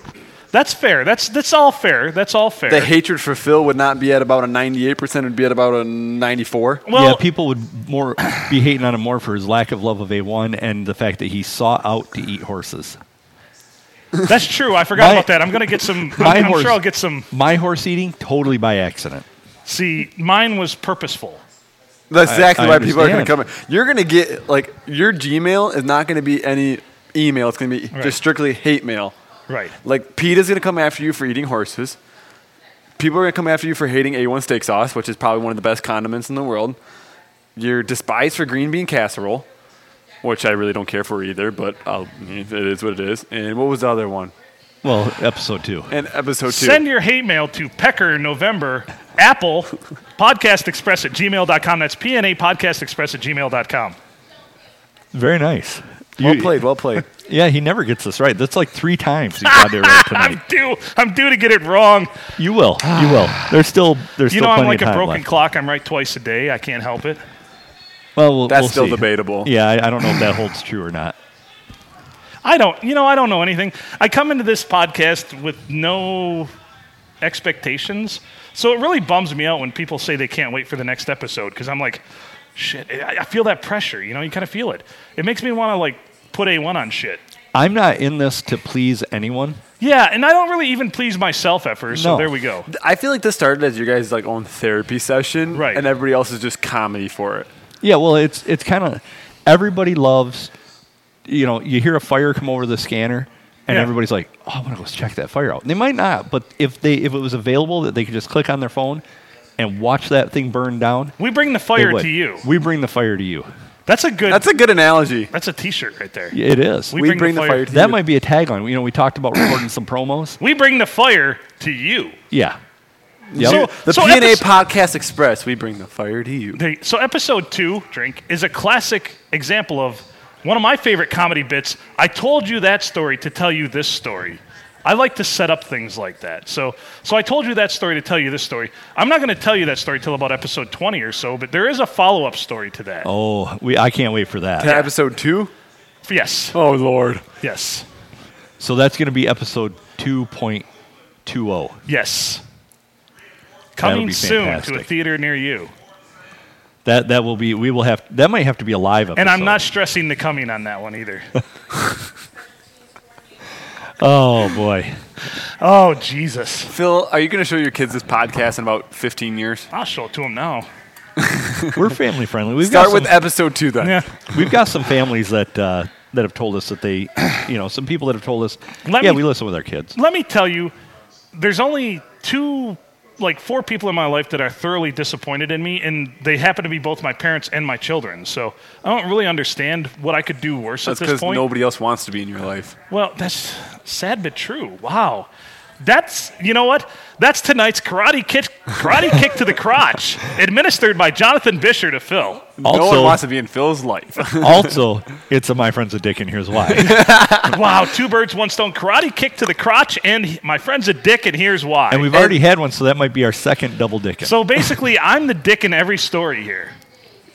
S2: That's fair. That's that's all fair. That's all fair.
S3: The hatred for Phil would not be at about a 98%, it would be at about a 94.
S2: well,
S1: yeah, people would more be hating on him more for his lack of love of A1 and the fact that he sought out to eat horses.
S2: that's true. I forgot
S1: My-
S2: about that. I'm gonna
S1: [LAUGHS]
S2: get some.
S1: My
S2: I'm, I'm
S1: horse-
S2: sure I'll get some.
S1: My horse eating, totally by accident.
S2: See, mine was purposeful.
S3: That's exactly
S1: I
S3: why people are going to come.
S1: understand.
S3: in. You're going to get, like, your Gmail is not going to be any email. It's going to be
S2: Right.
S3: just strictly hate mail.
S2: Right.
S3: Like, PETA's going to come after you for eating horses. People are going to come after you for hating A1 steak sauce, which is probably one of the best condiments in the world. You're despised for green bean casserole, which I really don't care for either, but I'll, it is what it is. And what was the other one?
S1: Well, episode two.
S3: And episode two.
S2: Send your hate mail to Pecker November Apple [LAUGHS] Podcast Express at gmail.com. That's PNA Podcast Express at gmail.com.
S1: Very nice.
S3: well
S1: You-
S3: played, well played.
S1: Yeah, he never gets this right. That's like three times he got it right tonight.
S2: [LAUGHS] I'm due. I'm due to get it wrong.
S1: You will. You will. There's still there's
S2: You
S1: still
S2: know,
S1: plenty
S2: I'm like
S1: of
S2: a
S1: time
S2: broken
S1: left.
S2: clock. I'm right twice a day. I can't help it.
S1: Well, we'll
S3: That's
S1: we'll
S3: still
S1: see.
S3: debatable.
S1: Yeah, I, I don't know if that holds true or not.
S2: I don't. You know, I don't know anything. I come into this podcast with no expectations, so it really bums me out when people say they can't wait for the next episode because I'm like, shit. I, I feel that pressure. You know, you kind of feel it. It makes me want to like put a one on shit.
S1: I'm not in this to please anyone.
S2: Yeah, and I don't really even please myself at first, so
S1: No.
S2: there we go.
S3: I feel like this started as your guys' like own therapy session,
S2: Right.
S3: And everybody else is just comedy for it.
S1: Yeah, well, it's it's kind of everybody loves. You know, you hear a fire come over the scanner, and
S2: Yeah.
S1: everybody's like, "Oh, I want to go check that fire out." And they might not, but if they if it was available that they could just click on their phone and watch that thing burn down,
S2: We bring the
S1: they
S2: fire
S1: would.
S2: to you.
S1: We bring the fire to you.
S2: That's a good.
S3: That's a good analogy.
S2: That's a T-shirt right there.
S1: It is.
S2: We
S3: We
S2: bring
S3: bring,
S2: the
S3: the
S2: fire-
S3: fire, to
S1: that
S3: you.
S1: might be a tagline. You know, we talked about recording some
S2: [COUGHS]
S1: promos.
S2: We bring the fire to you.
S1: Yeah. Yep.
S2: So-
S3: the
S2: so
S3: P and A
S2: episode-
S3: Podcast Express. We bring the fire to you.
S2: There- So episode two, drink, is a classic example of one of my favorite comedy bits. I told you that story to tell you this story. I like to set up things like that. So, so I told you that story to tell you this story. I'm not going to tell you that story till about episode 20 or so, but there is a follow-up story to that.
S1: oh, we I can't wait for that.
S3: To Episode two.
S2: Yes,
S3: Oh Lord.
S2: yes,
S1: So that's going to be episode 2.20.
S2: yes. Coming
S1: be
S2: soon to a
S1: fantastic.
S2: theater near you.
S1: That that will be we will have that might have to be a live episode.
S2: And I'm not stressing the coming on that one either. [LAUGHS]
S1: Oh
S2: [LAUGHS]
S1: boy.
S2: oh, Jesus.
S3: Phil, are you going to show your kids this podcast in about 15 years?
S2: I'll show it to him now.
S1: We're family friendly. We've
S3: Start
S1: got
S3: with
S1: some,
S3: episode two then.
S2: Yeah.
S1: we've got some families that uh, that have told us that they, you know, some people that have told us,
S2: Let
S1: yeah,
S2: me-
S1: we listen with our kids.
S2: [LAUGHS] let me tell you, there's only two, like four people in my life that are thoroughly disappointed in me, and they happen to be both my parents and my children. So I don't really understand what I could do worse
S3: That's
S2: at this
S3: because
S2: point.
S3: nobody else wants to be in your life.
S2: well, that's sad but true. Wow. That's you know what? That's tonight's karate kick, karate kick to the crotch, administered by Jonathan Bisher to Phil.
S3: no one
S1: Also-
S3: wants to be in Phil's life. [LAUGHS]
S1: also, it's a my friends a dick and here's
S2: [LAUGHS]
S1: why.
S2: Wow, two birds, one stone. Karate kick to the crotch, and he- my friend's a dick, and here's why.
S1: And we've already had one, so that might be our second double dick.
S2: so basically, I'm the dick in every story here.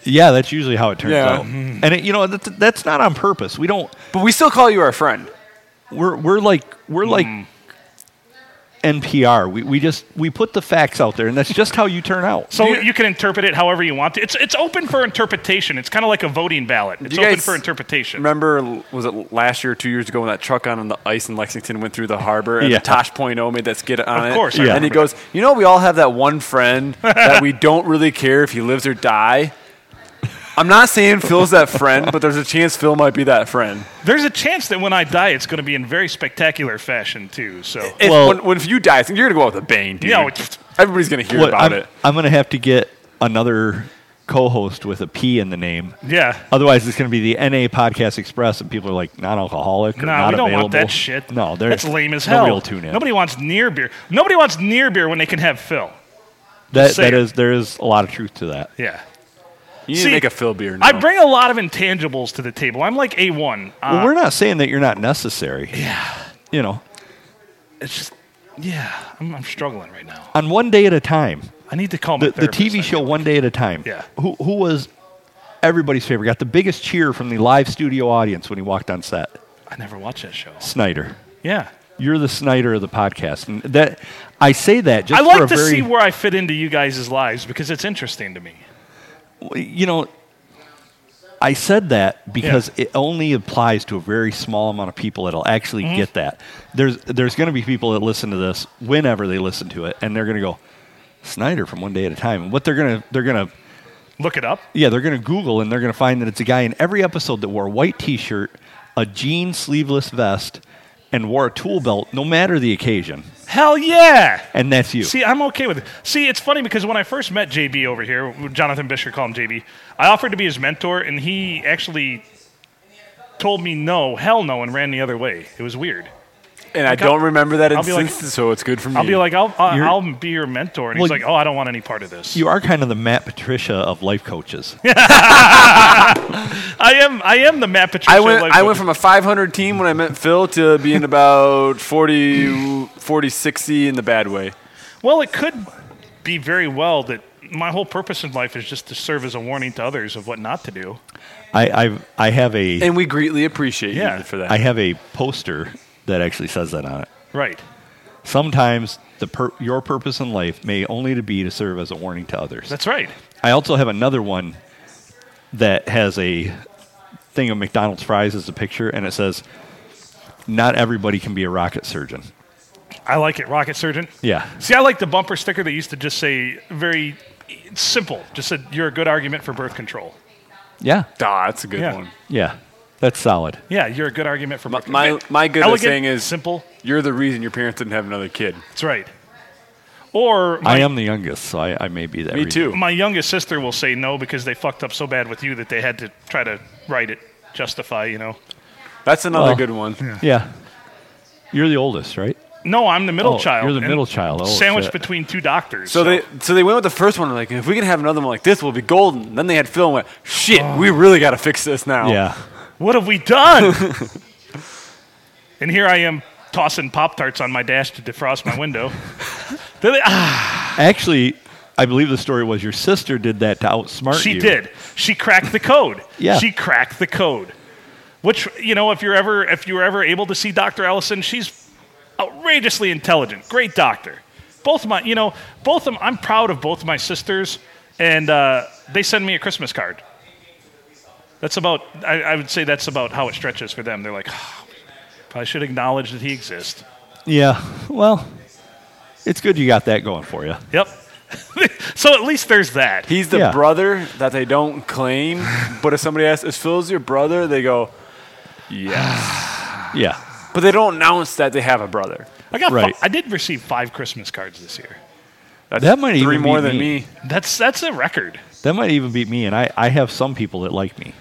S1: yeah, that's usually how it turns
S3: Yeah.
S1: out. And it, you know, that's, that's not on purpose. We don't
S3: but we still call you our friend.
S1: we're we're like we're like
S2: Hmm.
S1: NPR. We we just we put the facts out there, and that's just how you turn
S2: [LAUGHS]
S1: out.
S2: So
S3: Do
S2: you,
S3: you-
S2: can interpret it however you want to. It's it's open for interpretation. It's kind of like a voting ballot. It's
S3: you
S2: open
S3: guys
S2: for interpretation.
S3: Remember, was it last year, two years ago, when that truck on the ice in Lexington went through the harbor and
S1: Yeah.
S3: the Tosh Point oh made that skid on it?
S2: Of course, I
S3: And
S2: remember
S3: he goes, You know, we all have that one friend
S2: [LAUGHS]
S3: that we don't really care if he lives or die. I'm not saying Phil's that friend, but there's a chance Phil might be that friend.
S2: There's a chance that when I die, it's going to be in very spectacular fashion too. So
S3: If,
S1: Well-
S3: when, when if you die, you're going to go out with a bang, dude.
S2: Yeah, it's-
S3: Everybody's going to hear
S1: What,
S3: about
S1: I'm,
S3: it.
S1: I'm going to have to get another co-host with a P in the name.
S2: yeah,
S1: Otherwise, it's going to be the NA Podcast Express, and people are like non-alcoholic. Or
S2: no,
S1: not
S2: we don't
S1: available.
S2: want that shit.
S1: No, they're-
S2: that's lame as hell.
S1: nobody will tune in.
S2: Nobody wants near beer. Nobody wants near beer when they can have Phil.
S1: that,
S2: say
S1: that
S2: it.
S1: is there is a lot of truth to that.
S2: Yeah.
S3: You need
S2: See,
S3: to make a Phil beer now.
S2: I bring a lot of intangibles to the table. I'm like A1. Uh,
S1: Well, we're not saying that you're not necessary. Yeah, you know,
S2: it's just, yeah, I'm, I'm struggling right now.
S1: on one day at a time.
S2: I need to call my
S1: the, the
S2: therapist.
S1: TV show One Day at a Time.
S2: Yeah.
S1: Who, who was everybody's favorite? Got the biggest cheer from the live studio audience when he walked on set.
S2: I never watched that show.
S1: Snyder.
S2: Yeah.
S1: You're the Snyder of the podcast. And that I say that just
S2: I
S1: for a
S2: like to
S1: very,
S2: see where I fit into you guys' lives because it's interesting to me.
S1: you know, I said that because it only applies to a very small amount of people that'll actually
S2: Mm-hmm.
S1: get that. There's there's going to be people that listen to this whenever they listen to it, and they're going to go Snyder from One Day at a Time. And what they're going to they're going to
S2: Look it up.
S1: Yeah, they're going to Google and they're going to find that it's a guy in every episode that wore a white t shirt, a jean sleeveless vest, and wore a tool belt no matter the occasion.
S2: Hell yeah!
S1: And that's you.
S2: See, I'm okay with it. See, it's funny because when I first met JB over here, Jonathan Bisher, call him JB, I offered to be his mentor, and he actually told me no, hell no, and ran the other way. It was weird.
S3: and I don't remember that
S2: I'll be like-
S3: instance, so it's good for me.
S2: I'll be like, I'll, I'll,
S1: You're-
S2: I'll be your mentor, and he's
S1: Well,
S2: like, oh, I don't want any part of this.
S1: you are kind of the Matt Patricia of life
S3: [LAUGHS]
S1: coaches.
S2: I am, I am the Matt Patricia.
S3: I went,
S2: life
S3: I
S2: coach.
S3: went from a 500 team when I met Phil to being about 40, 40, 60 in the bad way.
S2: Well, it could be very well that my whole purpose in life is just to serve as a warning to others of what not to do.
S1: I, I've, I have a
S3: And we greatly appreciate
S2: Yeah.
S3: you for that.
S1: I have a poster that actually says that on it.
S2: Right.
S1: Sometimes the pur- your purpose in life may only to be to serve as a warning to others.
S2: That's right.
S1: I also have another one that has a thing of McDonald's fries as a picture, and it says, not everybody can be a rocket surgeon.
S2: I like it, rocket surgeon.
S1: Yeah.
S2: See, I like the bumper sticker that used to just say very simple, just said you're a good argument for birth control.
S1: Yeah.
S3: Ah, that's a good
S2: Yeah.
S3: one.
S1: Yeah. That's solid.
S2: Yeah, you're a good argument for birth
S3: My
S2: control.
S3: my good
S2: Elegant,
S3: thing is
S2: simple.
S3: you're the reason your parents didn't have another kid.
S2: That's right. Or my,
S1: I am the youngest, so I, I may be that.
S3: Me
S1: reason.
S3: too.
S2: my youngest sister will say no because they fucked up so bad with you that they had to try to write it, justify, you know.
S3: That's another
S1: Well,
S3: good one.
S1: Yeah. You're the oldest, right?
S2: No, I'm the middle
S1: Oh,
S2: child.
S1: you're the
S2: and
S1: middle child. Oh,
S2: sandwiched
S1: shit.
S2: between two doctors.
S3: So they so they went with the first one. Like if we can have another one like this, we'll be golden. Then they had Phil and went, shit, we really got to fix this
S2: Oh.
S3: now.
S1: Yeah.
S2: What have we done? and here I am tossing Pop Tarts on my dash to defrost my window. Then they- ah,
S1: Actually, I believe the story was your sister did that to outsmart
S2: she
S1: you.
S2: did. She cracked the code.
S1: [LAUGHS] Yeah.
S2: She cracked the code. Which you know, if you're ever if you were ever able to see Dr. Ellison, she's outrageously intelligent, great doctor. Both my you know, both of I'm proud of both my sisters, and uh, they send me a Christmas card. That's about I, I would say that's about how it stretches for them. They're like, "Ah, probably should acknowledge that he exists.
S1: Yeah. Well, it's good you got that going for you.
S2: Yep. [LAUGHS] so at least there's that.
S3: He's the
S1: Yeah.
S3: brother that they don't claim, but if somebody asks, "Is Phil's your brother?" they go,
S1: Yeah.
S3: but they don't announce that they have a brother.
S2: I got. fi-
S1: Right.
S2: I did receive five Christmas cards this year.
S3: That's
S1: That might
S3: three
S1: even
S3: more
S1: beat
S3: than
S1: me.
S3: me.
S2: That's that's a record.
S1: That might even beat me, and I, I have some people that like me.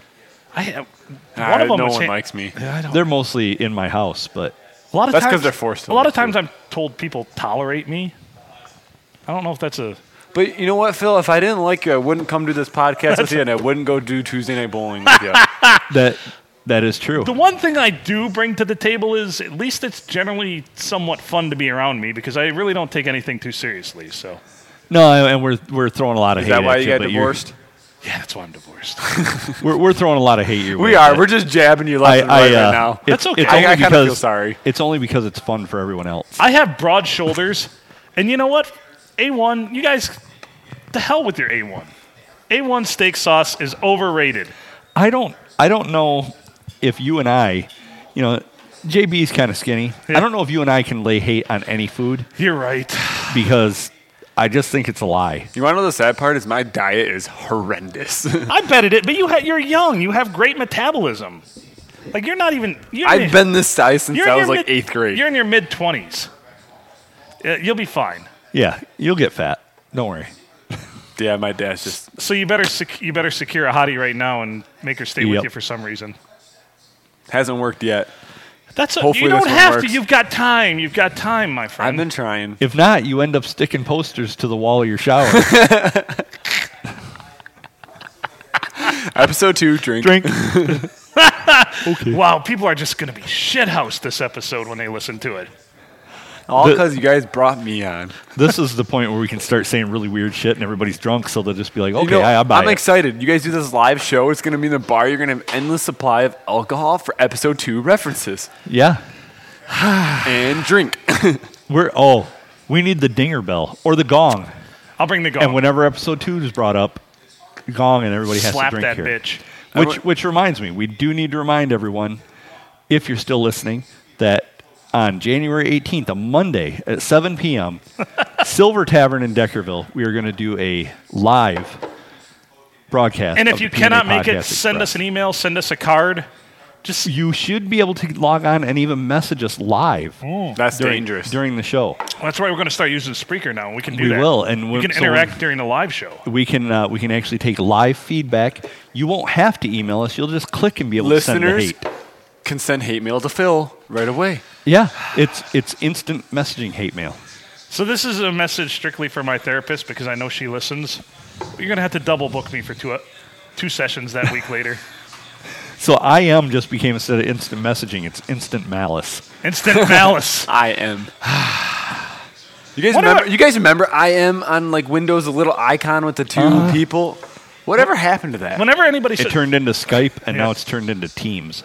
S2: I have,
S3: Ah,
S2: one of them
S3: no
S2: was
S3: one
S2: hand-
S3: likes me.
S2: Yeah, I don't-
S1: They're mostly in my house, but
S2: a lot of
S3: That's 'cause
S2: times-
S3: they're forced to
S2: A lot of
S3: like
S2: times I'm told people tolerate me. I don't know if that's a.
S3: But you know what, Phil? If I didn't like you, I wouldn't come do this podcast with you, and I wouldn't go do Tuesday night bowling with
S2: [LAUGHS]
S3: you.
S1: that that is true.
S2: The one thing I do bring to the table is at least it's generally somewhat fun to be around me because I really don't take anything too seriously. So
S1: No, I- and we're we're throwing a lot of
S3: Is
S1: hate.
S3: that why
S1: at
S3: you got
S1: but you're- [LAUGHS]
S3: divorced?
S2: yeah, that's why I'm
S3: [LAUGHS]
S2: divorced.
S1: We're, we're throwing a lot of hate your way.
S3: We are.
S1: but
S3: We're just jabbing you
S1: I,
S3: left and
S1: I,
S3: right,
S1: uh,
S3: right now.
S1: it-
S2: That's okay.
S1: It's
S2: I- I
S1: only
S3: kinda
S1: because
S3: feel sorry.
S1: It's only because it's fun for everyone else.
S2: I have broad shoulders, and you know what? A1, you guys, the hell with your A1. A1 steak sauce is overrated.
S1: I don't I don't know if you and I, you know, JB's kind of skinny.
S2: Yeah.
S1: I don't know if you and I can lay hate on any food
S2: You're right.
S1: because I just think it's a lie.
S3: You want to know the sad part? Is my diet
S2: [LAUGHS]
S3: is horrendous. [LAUGHS]
S2: I bet it is, but you ha- you're young. You have great metabolism. Like you're not even. You're
S3: I've been this size since
S2: you're in
S3: I
S2: your
S3: was like
S2: mid-
S3: eighth grade.
S2: You're in your mid twenties. you'll be fine.
S1: Yeah, you'll get fat. Don't worry.
S3: Yeah, my dad's just.
S2: So you better sec- you better secure a hottie right now and make her stay with
S1: Yep.
S2: you for some reason.
S3: Hasn't worked yet.
S2: That's a,
S3: Hopefully
S2: you
S3: this
S2: don't
S3: one
S2: have to.
S3: works.
S2: You've got time. You've got time, my
S3: I've
S2: friend.
S3: been trying.
S1: If not, you end up sticking posters to the wall of your
S3: [LAUGHS]
S1: shower.
S3: Episode two, drink.
S1: Drink.
S2: wow, people are just gonna be shithoused this episode when they listen to it.
S3: All
S1: The-
S3: because you guys brought me on.
S1: this is the point where we can start saying really weird shit and everybody's drunk, so they'll just be like,
S3: You
S1: okay,
S3: know,
S1: I, I buy
S3: I'm
S1: it.
S3: excited. You guys do this live show. It's going to be in the bar. You're going to have endless supply of alcohol for episode two references
S1: yeah. [LAUGHS]
S3: and drink.
S1: We're, oh, we need the dinger bell or the gong.
S2: I'll bring the gong.
S1: And whenever episode two is brought up, gong and everybody has
S2: Slap
S1: to drink
S2: that
S1: here.
S2: bitch.
S1: Which, which reminds me, we do need to remind everyone, if you're still listening, that on January 18th, a Monday at 7 p.m.,
S2: [LAUGHS]
S1: Silver Tavern in Deckerville, we are going to do a live broadcast.
S2: And if
S1: of
S2: you
S1: the P&A
S2: cannot make it,
S1: Podcast
S2: send
S1: Express.
S2: us an email. Send us a card. Just
S1: You should be able to log on and even message us live
S3: That's
S1: during,
S3: Mm. dangerous.
S1: during the show.
S2: That's why we're going to start using Spreaker now. We can do
S1: We
S2: that.
S1: will, and
S2: we
S1: we're-
S2: can
S1: so
S2: interact during the live show.
S1: We can uh, we can actually take live feedback. You won't have to email us. You'll just click and be able to
S3: Listeners,
S1: send the hate.
S3: can send hate mail to Phil right away.
S1: Yeah, it's it's instant messaging hate mail.
S2: So this is a message strictly for my therapist because I know she listens. But you're going to have to double book me for two uh, two sessions
S1: [LAUGHS]
S2: that week later.
S1: So I am just became instead of instant messaging, it's instant malice.
S2: Instant malice.
S3: I am. [SIGHS] You guys
S2: What
S3: remember?
S2: about-
S3: you guys remember I am on like Windows, a little icon with the two
S1: Uh-huh.
S3: people. Whatever happened to that?
S2: Whenever anybody
S1: It
S2: says,
S1: turned into Skype, and
S2: Yeah.
S1: now it's turned into Teams.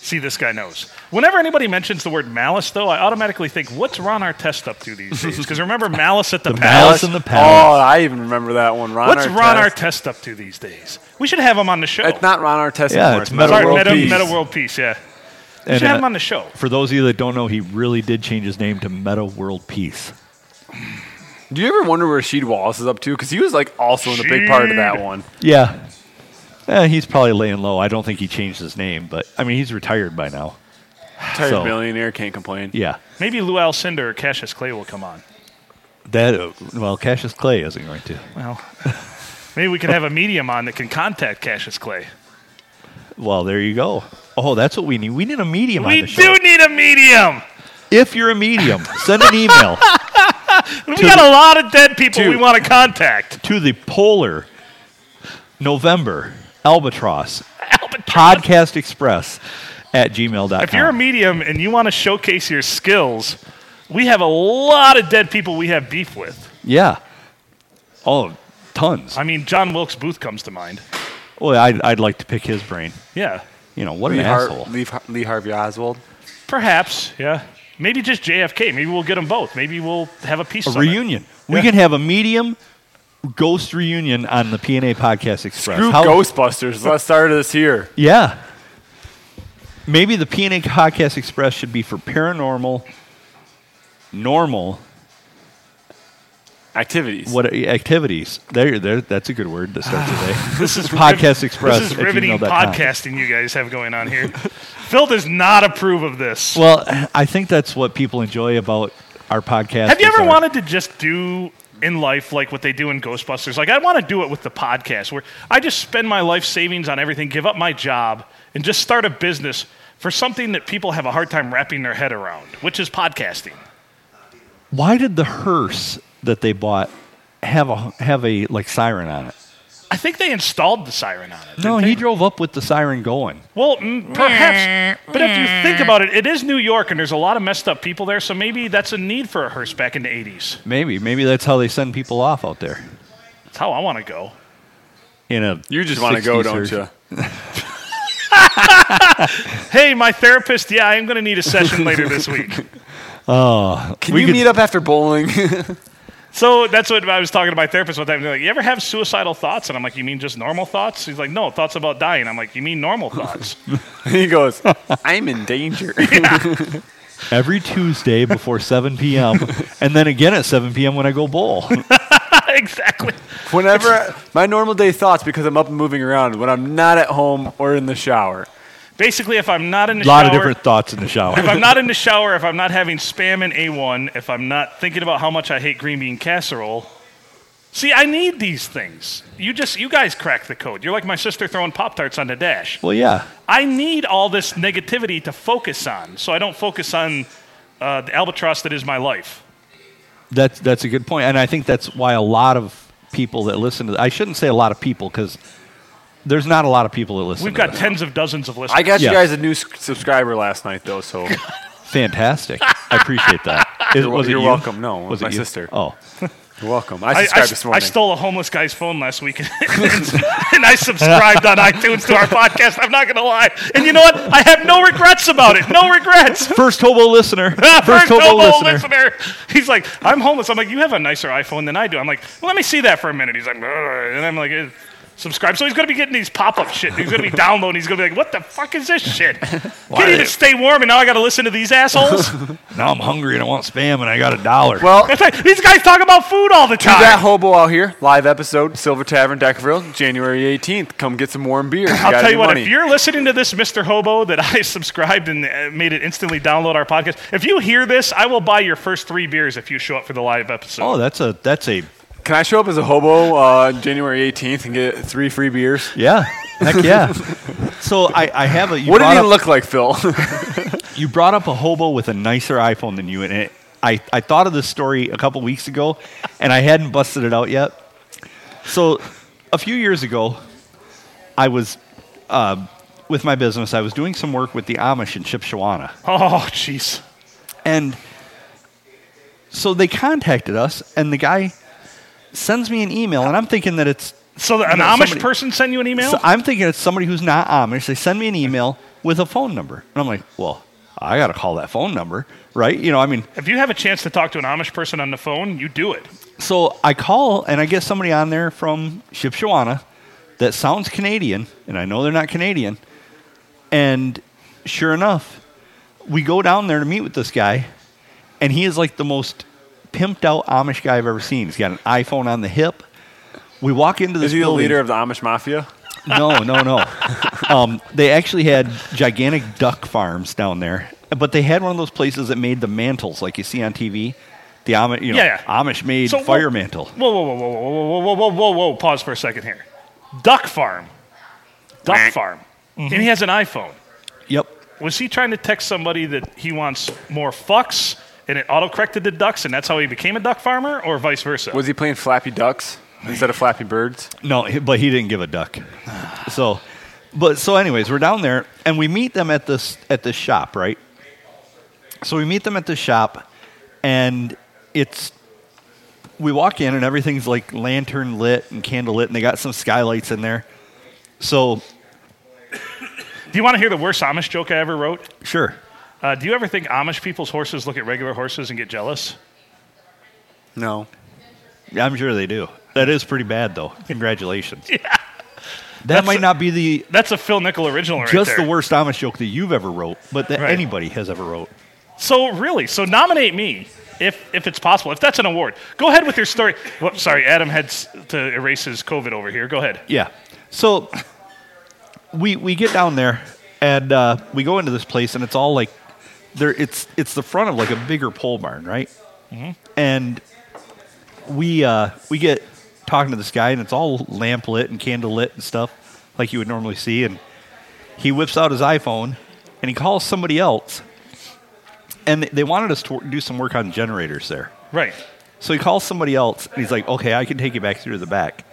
S2: "See, this guy knows." Whenever anybody mentions the word malice, though, I automatically think, "What's Ron Artest up to these days?" Because
S1: [LAUGHS]
S2: remember, malice at the,
S1: Malice
S2: palace.
S1: in the
S3: Oh,
S1: Palace.
S3: I even remember that one. Ron
S2: What's
S3: Artest.
S2: Ron Artest up to these days? We should have him on the show.
S3: It's not Ron Artest
S1: Yeah,
S3: anymore.
S1: it's
S3: Meta
S1: Meta
S2: Sorry,
S1: World
S2: Meta,
S1: Peace.
S2: Meta World Peace. Yeah.
S1: and
S2: should have
S1: uh,
S2: him on the show.
S1: For those of you that don't know, he really did change his name to Meta World Peace.
S3: Do you ever wonder where Sheed Wallace is up to? Because he was like also in a big part of that
S2: Sheed.
S3: one.
S1: Yeah. Eh, he's probably laying low. I don't think he changed his name, but I mean, he's retired by now.
S3: Tired
S1: So-
S3: millionaire can't complain.
S1: Yeah.
S2: Maybe Lou Alcindor or Cassius Clay will come on.
S1: That uh, well, Cassius Clay isn't going to.
S2: Well, maybe we can have a medium on that can contact Cassius Clay.
S1: Well, there you go. Oh, that's what we need. We need a medium on
S2: We
S1: the show.
S2: do need a medium.
S1: If you're a
S2: [LAUGHS]
S1: medium, send an email
S2: We got a lot of dead people we
S3: Dude.
S2: want to contact.
S1: to the Polar November Albatross, Podcast Express at gmail.com.
S2: If you're a medium and you want to showcase your skills, we have a lot of dead people we have beef with.
S1: yeah. Oh, tons.
S2: I mean, John Wilkes Booth comes to mind.
S1: Well, I'd, I'd like to pick his brain.
S2: Yeah,
S1: You know, what
S3: Lee,
S1: an
S3: Har-
S1: asshole.
S3: Lee, Har- Lee Harvey Oswald.
S2: perhaps. Yeah, maybe just JFK. Maybe we'll get them both. Maybe we'll have a piece.
S1: A reunion. We
S2: Yeah.
S1: can have a medium ghost reunion on the PNA Podcast Express.
S3: Screw
S1: How-
S3: Ghostbusters. Let's start this here.
S1: Yeah. Maybe the PNA Podcast Express should be for paranormal, normal
S3: Activities.
S1: what activities. There, there. That's a good word to start today. [SIGHS]
S2: This is
S1: Podcast Express
S2: This is
S1: at
S2: riveting
S1: gmail.com.
S2: podcasting you guys have going on here. [LAUGHS] Phil does not approve of this.
S1: Well, I think that's what people enjoy about our podcast.
S2: Have you
S1: is
S2: ever
S1: our-
S2: wanted to just do in life like what they do in Ghostbusters? Like I want to do it with the podcast where I just spend my life savings on everything, give up my job, and just start a business for something that people have a hard time wrapping their head around, which is podcasting.
S1: Why did the hearse that they bought have a have a like siren on it?
S2: I think they installed the siren on it.
S1: No,
S2: didn't
S1: he
S2: they?
S1: drove up with the siren going.
S2: Well, mm, perhaps. But if you think about it, it is New York and there's a lot of messed up people there, so maybe that's a need for a hearse back in the 80s.
S1: Maybe, maybe that's how they send people off out there.
S2: That's how I want to go.
S1: In a
S3: you just want to go,
S1: 60s
S3: don't
S1: or-
S3: you?
S2: Hey, my therapist, yeah, I am going to need a session later this week.
S3: Can
S1: We
S3: you
S1: could-
S3: meet up after bowling? [LAUGHS]
S2: So that's what I was talking to my therapist one time. They're like, "You ever have suicidal thoughts?" And I'm like, "You mean just normal thoughts?" He's like, "No, thoughts about dying." I'm like, "You mean normal
S1: [LAUGHS]
S2: thoughts?" [LAUGHS]
S3: he goes, I'm in danger. [LAUGHS]
S1: Every Tuesday before 7
S3: [LAUGHS]
S1: p.m. and then again at 7 p.m. when I go bowl.
S2: exactly.
S3: Whenever I- my normal day thoughts, because I'm up and moving around, when I'm not at home or in the shower.
S2: Basically, if I'm not in the
S1: A lot of
S2: shower,
S1: different thoughts in the
S2: if
S1: shower.
S2: I'm not in the shower, if I'm not having spam and A1, if I'm not thinking about how much I hate green bean casserole. See, I need these things. You just, you guys crack the code. You're like my sister throwing Pop Tarts on the dash.
S1: Well, yeah.
S2: I need all this negativity to focus on, so I don't focus on uh, the albatross that is my life.
S1: That's that's a good point, and I think that's why a lot of people that listen to I shouldn't say a lot of people because there's not a lot of people that listen.
S2: We've
S1: to
S2: got
S1: this.
S2: tens of dozens of listeners.
S3: I got
S1: Yeah.
S3: you guys a new s- subscriber last night,
S1: [LAUGHS]
S3: though, so
S1: fantastic. I appreciate that. Is-
S3: [LAUGHS] You're wel-
S1: was it
S3: you're
S1: you?
S3: welcome. No,
S1: was
S3: my
S1: it you?
S3: sister.
S1: Oh,
S3: you're welcome. I
S2: I, I,
S3: subscribed
S2: s-
S3: this
S2: I
S3: morning.
S2: stole a homeless guy's phone last week, [LAUGHS] and, and I subscribed on iTunes to our podcast. I'm not going to lie, and you know what? I have no regrets about it. No
S3: [LAUGHS]
S2: regrets.
S1: first hobo listener. First, hobo, listener.
S2: He's like, I'm homeless. I'm like, you have a nicer iPhone than I do. I'm like, well, let me see that for a minute. He's like, "Ugh," and I'm like, "Eh, subscribe. So he's going to be getting these pop up shit. He's going to be downloading. He's going to be like, what the fuck is this
S3: [LAUGHS]
S2: shit? Can't even stay warm, and now I got to listen to these assholes.
S1: Now I'm hungry and I want spam and I got a dollar.
S3: well,
S2: It's like, these guys talk about food all the time.
S3: To that hobo out here, live episode, Silver Tavern, Deckerville, January 18th. Come get some warm beer. You
S2: I'll
S3: gotta
S2: tell
S3: do
S2: you what,
S3: money.
S2: if you're listening to this, Mr. Hobo, that [LAUGHS] I subscribed and uh, made it instantly download our podcast, if you hear this, I will buy your first three beers if you show up for the live episode.
S1: oh, that's a that's a
S3: Can I show up as a hobo uh, January 18th and get three free beers?
S1: yeah. Heck
S3: [LAUGHS]
S1: yeah. so I, I have a. You
S3: What did
S1: brought
S3: he
S1: up,
S3: look like, [LAUGHS] Phil?
S1: You brought up a hobo with a nicer iPhone than you, and it, I I thought of this story a couple weeks ago, and I hadn't busted it out yet. So, a few years ago, I was uh, with my business. I was doing some work with the Amish in Shipshawana.
S2: Oh, jeez.
S1: And so they contacted us, and the guy sends me an email, and I'm thinking that it's
S2: So the- an
S1: No,
S2: Amish
S1: somebody-
S2: person sent you an email?
S1: so I'm thinking it's somebody who's not Amish. They send me an email with a phone number, and I'm like, well, I got to call that phone number, right? You know, I mean,
S2: if you have a chance to talk to an Amish person on the phone, you do it.
S1: so I call and I get somebody on there from Shipshawana that sounds Canadian, and I know they're not Canadian. And sure enough, we go down there to meet with this guy, and he is like the most pimped out Amish guy I've ever seen. He's got an iPhone on the hip. We walk into this
S3: Is he the
S1: building.
S3: leader of the Amish Mafia?
S1: No, no, no. um, they actually had gigantic duck farms down there, but they had one of those places that made the mantles like you see on TV. The Amish, you know,
S2: Yeah, yeah.
S1: Amish made
S2: So,
S1: fire
S2: whoa-
S1: mantle.
S2: Whoa, whoa, whoa, whoa, whoa, whoa, whoa, whoa, whoa! Pause for a second here. Duck Farm, Duck Farm,
S1: Mm-hmm.
S2: and he has an iPhone.
S1: Yep.
S2: Was he trying to text somebody that he wants more fucks, and it autocorrected to ducks, and that's how he became a duck farmer, or vice versa?
S3: Was he playing Flappy Ducks instead of Flappy Birds?
S1: No, he- but he didn't give a duck. So, but so, anyways, we're down there and we meet them at this at this shop, right? So we meet them at this shop, and it's we walk in and everything's like lantern lit and candle lit, and they got some skylights in there. So
S2: do you want to hear the worst Amish joke I ever wrote?
S1: sure,
S2: Uh, do you ever think Amish people's horses look at regular horses and get jealous?
S3: No.
S1: I'm sure they do. That is pretty bad, though.
S2: [LAUGHS]
S1: Congratulations. That might not be the
S2: That's a Phil Nickel original right
S1: just
S2: there.
S1: the worst Amish joke that you've ever wrote, but that
S2: Right.
S1: anybody has ever wrote.
S2: So really, so nominate me if if it's possible. If that's an award, go ahead with your story. Whoops, sorry, Adam had s- to erase his COVID over here. Go ahead.
S1: Yeah. So we we get down there and uh, we go into this place and it's all like there it's it's the front of like a bigger pole barn, right? And we uh, we get talking to this guy and it's all lamp lit and candle lit and stuff like you would normally see and he whips out his iPhone and he calls somebody else and they- they wanted us to do some work on generators there.
S2: Right.
S1: So he calls somebody else and he's like, okay, I can take you back through to the back.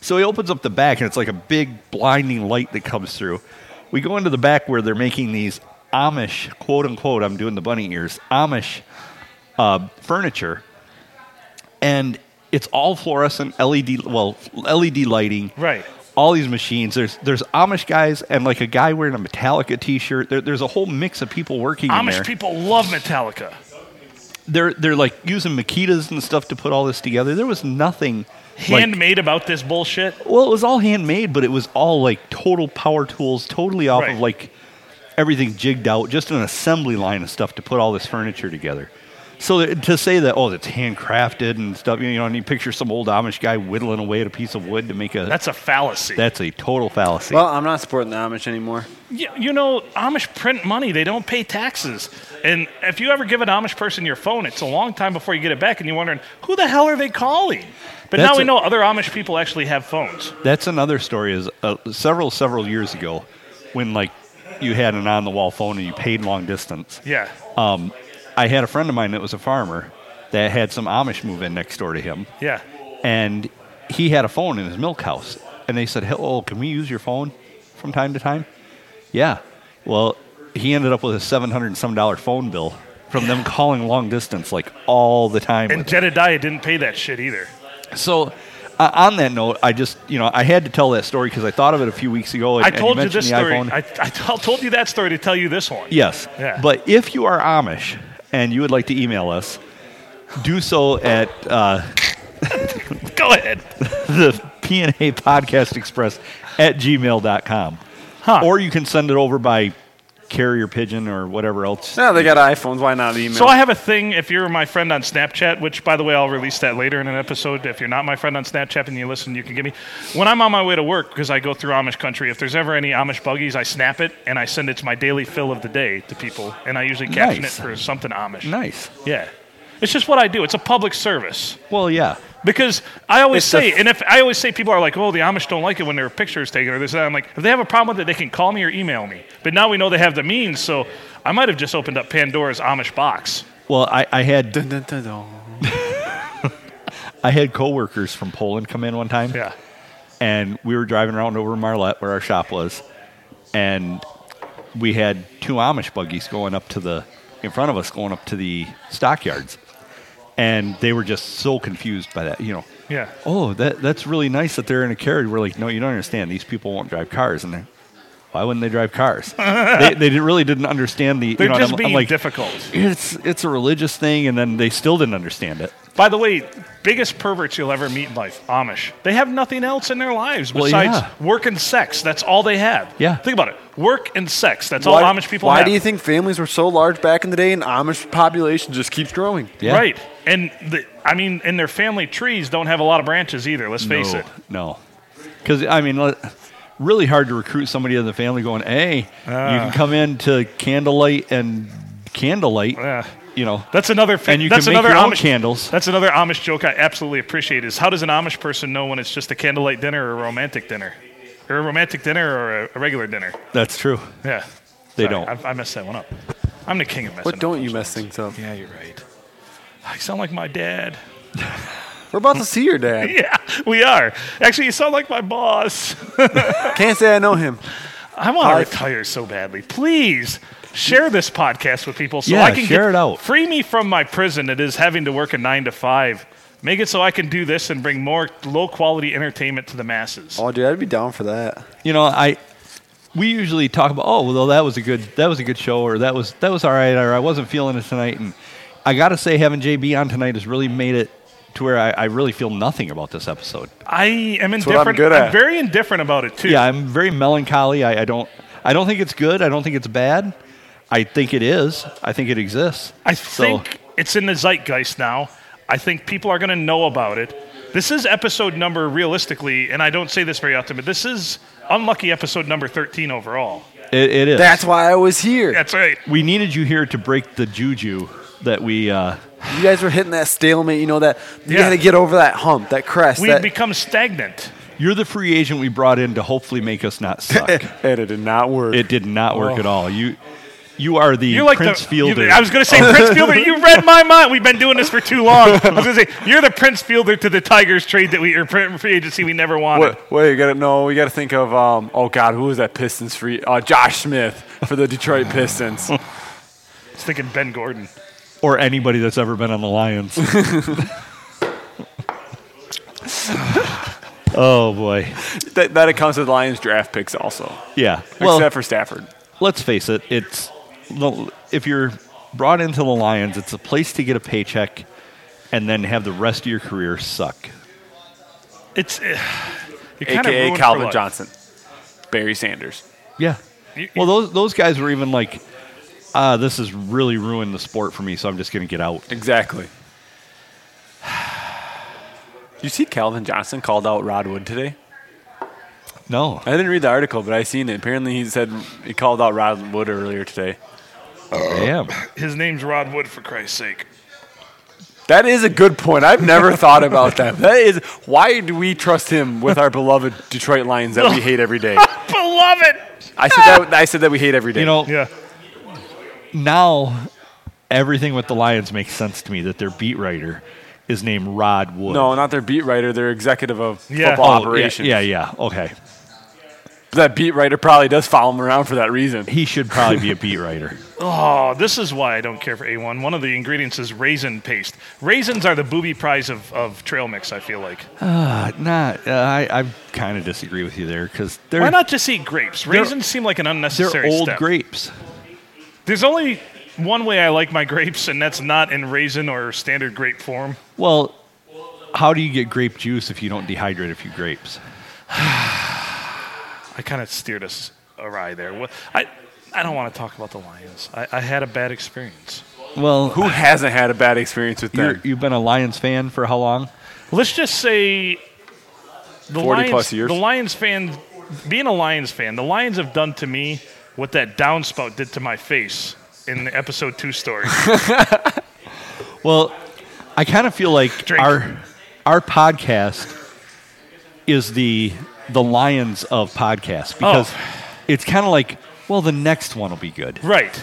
S1: So he opens up the back and it's like a big blinding light that comes through. We go into the back where they're making these Amish, quote unquote, I'm doing the bunny ears, Amish uh, furniture. And it's all fluorescent LED, well, LED lighting.
S2: Right.
S1: All these machines. There's there's Amish guys and like a guy wearing a Metallica T-shirt. There, there's a whole mix of people working. in
S2: Amish
S1: there
S2: people love Metallica.
S1: they're they're like using maquitas and stuff to put all this together. There was nothing like-
S2: Handmade about this bullshit.
S1: well, it was all handmade, but it was all like total power tools, totally off
S2: Right.
S1: of like everything jigged out, just an assembly line of stuff to put all this furniture together. So th- to say that oh, it's handcrafted and stuff, you know, and you picture some old Amish guy whittling away at a piece of wood to make a
S2: That's a fallacy.
S1: that's a total fallacy.
S3: Well, I'm not supporting the Amish anymore.
S2: Y- you know, Amish print money. They don't pay taxes. And if you ever give an Amish person your phone, it's a long time before you get it back, and you're wondering who the hell are they calling. But now
S1: That's
S2: we
S1: a-
S2: know other Amish people actually have phones.
S1: That's another story. Is uh, several several years ago, when like you had an on the wall phone and you paid long distance.
S2: Yeah.
S1: um, I had a friend of mine that was a farmer that had some Amish move in next door to him,
S2: Yeah.
S1: and he had a phone in his milk house. And they said, "Hello, can we use your phone from time to time?" Yeah. Well, he ended up with a seven hundred and some dollar phone bill from them calling long distance like all the time.
S2: And
S1: with
S2: Jedediah didn't pay that shit either.
S1: it. So. Uh, on that note, I just you know I had to tell that story because I thought of it a few weeks ago. And,
S2: I
S1: and
S2: told you
S1: mentioned
S2: this
S1: the
S2: story.
S1: iPhone.
S2: I, I t- told you that story to tell you this one.
S1: Yes.
S2: Yeah.
S1: But if you are Amish and you would like to email us, do so at uh, [LAUGHS]
S2: Go ahead.
S1: the PNA Podcast Express at gmail.com.
S2: Huh.
S1: Or you can send it over by carrier pigeon or whatever else.
S3: No, they got iPhones. Why not email?
S2: So I have a thing. If you're my friend on Snapchat, which by the way I'll release that later in an episode. If you're not my friend on Snapchat and you listen, you can give me. When I'm on my way to work because I go through Amish country, if there's ever any Amish buggies, I snap it and I send it to my daily fill of the day to people, and I usually caption
S1: Nice.
S2: it for something Amish.
S1: Nice.
S2: Yeah, it's just what I do. It's a public service.
S1: Well, yeah.
S2: Because I always
S3: It's
S2: say,
S3: the-
S2: and if I always say, people are like, "Oh, the Amish don't like it when their picture is taken," or this. And that. I'm like, if they have a problem with it, they can call me or email me. But now we know they have the means, so I might have just opened up Pandora's Amish box.
S1: Well, I, I had
S3: Dun, dun, dun, dun.
S1: I had coworkers from Poland come in one time,
S2: Yeah,
S1: and we were driving around over Marlette where our shop was, and we had two Amish buggies going up to the in front of us, going up to the stockyards, and they were just so confused by that. You know,
S2: yeah.
S1: oh, that that's really nice that they're in a carriage. We're like, no, you don't understand. These people won't drive cars, and they're, why wouldn't they drive
S2: [LAUGHS]
S1: cars? they, they didn't- really didn't understand the.
S2: They're
S1: you know, and
S2: just
S1: I'm, I'm
S2: being
S1: like,
S2: difficult.
S1: it's it's a religious thing, and then they still didn't understand it.
S2: By the way, biggest perverts you'll ever meet in life, Amish. They have nothing else in their lives
S1: Well,
S2: besides
S1: yeah.
S2: work and sex. That's all they have.
S1: Yeah.
S2: Think about it. Work and sex. That's
S3: why,
S2: all Amish people
S3: Why
S2: have.
S3: do you think families were so large back in the day and Amish population just keeps growing?
S1: Yeah.
S2: Right. And the, I mean, and their family trees don't have a lot of branches either, let's face
S1: no,
S2: it.
S1: No. Because, I mean, le- really hard to recruit somebody in the family going, hey,
S2: Ah.
S1: you can come in to candlelight and candlelight,
S2: Yeah.
S1: you know.
S2: That's another. Fa-
S1: And you
S2: that's
S1: can make
S2: another
S1: your own
S2: Amish,
S1: candles.
S2: That's another Amish joke I absolutely appreciate. Is how does an Amish person know when it's just a candlelight dinner or a romantic dinner, or a romantic dinner or a, a regular dinner?
S1: That's true.
S2: Yeah,
S1: They
S2: Sorry,
S1: don't.
S2: I, I messed that one up. I'm the king of messing.
S3: What
S2: up
S3: don't you
S2: those
S3: mess things up?
S2: Yeah, you're right. I sound like my dad. [LAUGHS]
S3: We're about to see your [LAUGHS] dad.
S2: Yeah, we are. Actually, you sound like my boss.
S3: Can't say I know him.
S2: I want to
S3: I've-
S2: retire so badly. Please share this podcast with people so
S1: Yeah,
S2: I can
S1: share
S2: get,
S1: it out.
S2: Free me from my prison. It is having to work a nine to five. Make it so I can do this and bring more low quality entertainment to the masses.
S3: Oh, dude, I'd be down for that.
S1: You know, I. We usually talk about, oh, well, that was a good, that was a good show, or that was that was all right, or I wasn't feeling it tonight. And I gotta say, having JB on tonight has really made it to where I, I really feel nothing about this episode.
S2: I am
S3: what I'm
S2: indifferent.
S3: good at.
S2: very indifferent about it too.
S1: [LAUGHS] Yeah, I'm very melancholy. I, I don't, I don't think it's good. I don't think it's bad. I think it is. I think it exists.
S2: I
S1: So-
S2: think it's in the zeitgeist now. I think people are going to know about it. This is episode number, realistically, and I don't say this very often, but this is unlucky episode number 13 overall.
S1: It, it is.
S3: That's why I was here.
S2: That's right.
S1: we needed you here to break the juju that we. Uh,
S3: You guys were hitting that stalemate. You know that you
S2: Yeah.
S3: got to get over that hump, that crest.
S2: We've
S3: that, [LAUGHS]
S2: become stagnant.
S1: you're the free agent we brought in to hopefully make us not suck.
S3: [LAUGHS]
S2: [LAUGHS]
S3: and it did not work.
S1: it did not work at all. You, you are the
S2: Oh. You're like
S1: Prince
S2: the,
S1: Fielder.
S2: you- I was going to say Prince Fielder. You read my mind. We've been doing this for too long. I was going to say you're the Prince Fielder to the Tigers trade that we or free agency we never wanted.
S3: Wait, wait, you gotta no, we gotta think of um, oh god, who was that Pistons free? Uh, Josh Smith for the [LAUGHS] Detroit Pistons.
S2: I was thinking Ben Gordon.
S1: or anybody that's ever been on the
S2: [LAUGHS]
S1: Lions. [LAUGHS] oh boy.
S3: that, that accounts as Lions draft picks also,
S1: Yeah. Well,
S3: except for Stafford.
S1: let's face it, it's the- if you're brought into the Lions, it's a place to get a paycheck and then have the rest of your career suck.
S2: It's [SIGHS] eh, you're kind of
S3: AKA
S2: ruined for
S3: Calvin
S2: life.
S3: Johnson, Barry Sanders.
S1: Yeah.
S2: You-
S1: Well, those those guys were even like, ah, this has really ruined the sport for me, so I'm just going to get out.
S3: Exactly. [SIGHS] You see, Calvin Johnson called out Rod Wood today.
S1: No.
S3: I didn't read the article, but I seen it. Apparently, he said he called out Rod Wood earlier today.
S1: Damn.
S2: His name's Rod Wood, for Christ's sake.
S3: That is a good point. I've never [LAUGHS] thought about that. That is why do we trust him with our beloved Detroit Lions that we hate every day?
S2: Beloved.
S3: I said that. I said that we hate every day.
S1: You know,
S2: Yeah.
S1: now everything with the Lions makes sense to me that their beat writer is named Rod Wood.
S3: no, not their beat writer. Their executive of
S2: Yeah.
S3: football
S1: Oh, yeah,
S3: operations.
S1: Yeah, yeah, Okay.
S3: that beat writer probably does follow him around for that reason.
S1: He should probably
S3: [LAUGHS]
S1: be a beat writer.
S2: Oh, this is why I don't care for A1. One of the ingredients is raisin paste. Raisins are the booby prize of, of trail mix, I feel like.
S1: Uh, nah, uh, I, I kind of disagree with you there because they're,
S2: Why not just eat grapes? Raisins seem like an
S1: they're
S2: unnecessary
S1: old
S2: step.
S1: grapes.
S2: There's only one way I like my grapes, and that's not in raisin or standard grape form.
S1: Well, how do you get grape juice if you don't dehydrate a few grapes?
S2: I kind of steered us awry there. Wha- I, I don't want to talk about the Lions. I, I had a bad experience.
S1: Well,
S3: Who hasn't had a bad experience with
S1: you
S3: them?
S1: you've been a Lions fan for how long?
S2: Let's just say the
S3: 40
S2: Lions,
S3: plus years.
S2: The Lions fan, being a Lions fan, the Lions have done to me what that downspout did to my face in the episode
S1: [LAUGHS]
S2: two story.
S1: Well, I kind of feel like
S2: Drink.
S1: our our podcast is the the Lions of podcasts
S2: Oh.
S1: because it's kind of like well the next one will be good.
S2: right.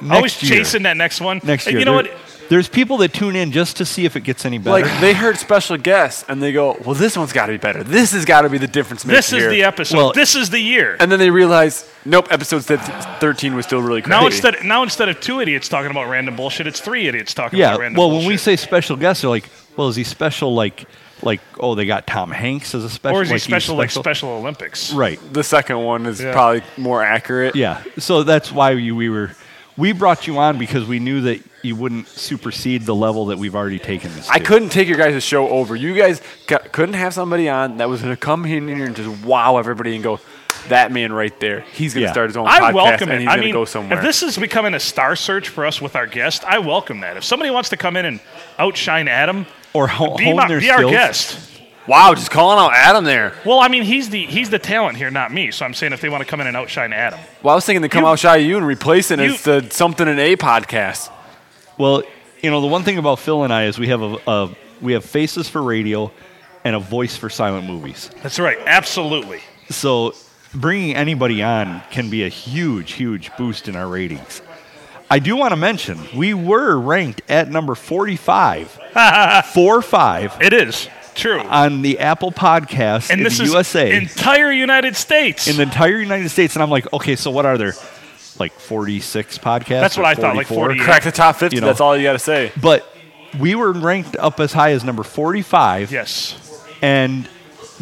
S1: Next
S2: Always
S1: year.
S2: chasing that next one.
S1: Next
S2: And
S1: year,
S2: You know what?
S1: they're- There's people that tune in just to see if it gets any better.
S3: Like they heard special guests and they go, "Well, this one's got to be better. This has got to be the difference maker."
S2: This is the episode.
S1: Well-
S2: this is the year.
S3: and then they realize, nope, episode thir- thirteen was still really crazy.
S2: now instead now instead of two idiots talking about random bullshit, it's three idiots talking
S1: yeah.
S2: about
S1: Well,
S2: random bullshit.
S1: when we say special guests, they're like, well, is he special? Like, like oh, they got Tom Hanks as a special.
S2: or is he
S1: like, he's
S2: special like Special Olympics?
S1: Right.
S3: the second one is
S2: Yeah.
S3: probably more accurate.
S1: Yeah. So that's why we, we were. We brought you on because we knew that you wouldn't supersede the level that we've already taken this.
S3: I
S1: to.
S3: couldn't take your guys' show over. You guys ca- couldn't have somebody on that was going to come in here and just wow everybody and go, that man right there, he's going to
S1: Yeah.
S3: start his own
S2: I
S3: podcast
S2: welcome
S3: and
S2: it.
S3: he's
S2: I
S3: going to
S2: mean,
S3: go somewhere.
S2: if this is becoming a star search for us with our guest, I welcome that. If somebody wants to come in and outshine Adam,
S1: Or ho-
S2: be,
S1: hone
S2: my,
S1: their
S2: be our
S1: skills.
S2: guest.
S3: wow, just calling out Adam there.
S2: Well, I mean, he's the he's the talent here, not me. So I'm saying if they want to come in and outshine Adam,
S3: Well, I was thinking to come
S2: You-
S3: out shy of you and replace it
S2: you-
S3: as the something in a podcast.
S1: Well, you know the one thing about Phil and I is we have a, a we have faces for radio, and a voice for silent movies.
S2: that's right. Absolutely.
S1: So bringing anybody on can be a huge, huge boost in our ratings. I do want to mention we were ranked at number
S2: [LAUGHS]
S1: 45, 4 5
S2: It is true.
S1: on the Apple Podcast
S2: and
S1: Uh, in
S2: this
S1: the
S2: is
S1: USA
S2: entire United States.
S1: in the entire United States. And I'm like, okay, so what are there? Like 46 podcasts?
S2: That's what
S1: or
S2: I thought, like
S1: 44?
S2: 48.
S3: Crack the top 50,
S1: You know.
S3: that's all you got to say.
S1: But we were ranked up as high as number 45.
S2: yes.
S1: and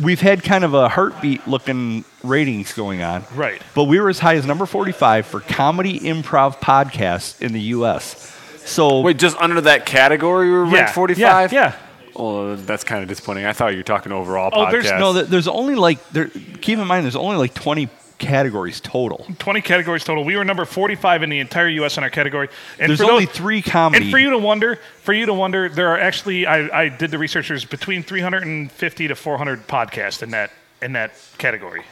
S1: we've had kind of a heartbeat looking ratings going on.
S2: Right.
S1: But we were as high as number 45 for comedy improv podcasts in the U.S. So
S3: Wait, just under that category, we were
S2: Yeah.
S3: ranked 45?
S2: Yeah. yeah.
S3: Well, that's kind of disappointing. I thought you were talking overall
S2: Oh,
S3: podcast.
S2: there's
S1: no, th- there's only like there. Keep in mind, there's only like 20 categories total.
S2: 20 categories total. We were number 45 in the entire U.S. in our category. And
S1: There's
S2: for
S1: only
S2: those-
S1: three comedy.
S2: And for you to wonder, for you to wonder, there are actually I, I did the research. There's between 350 to 400 podcasts in that in that category.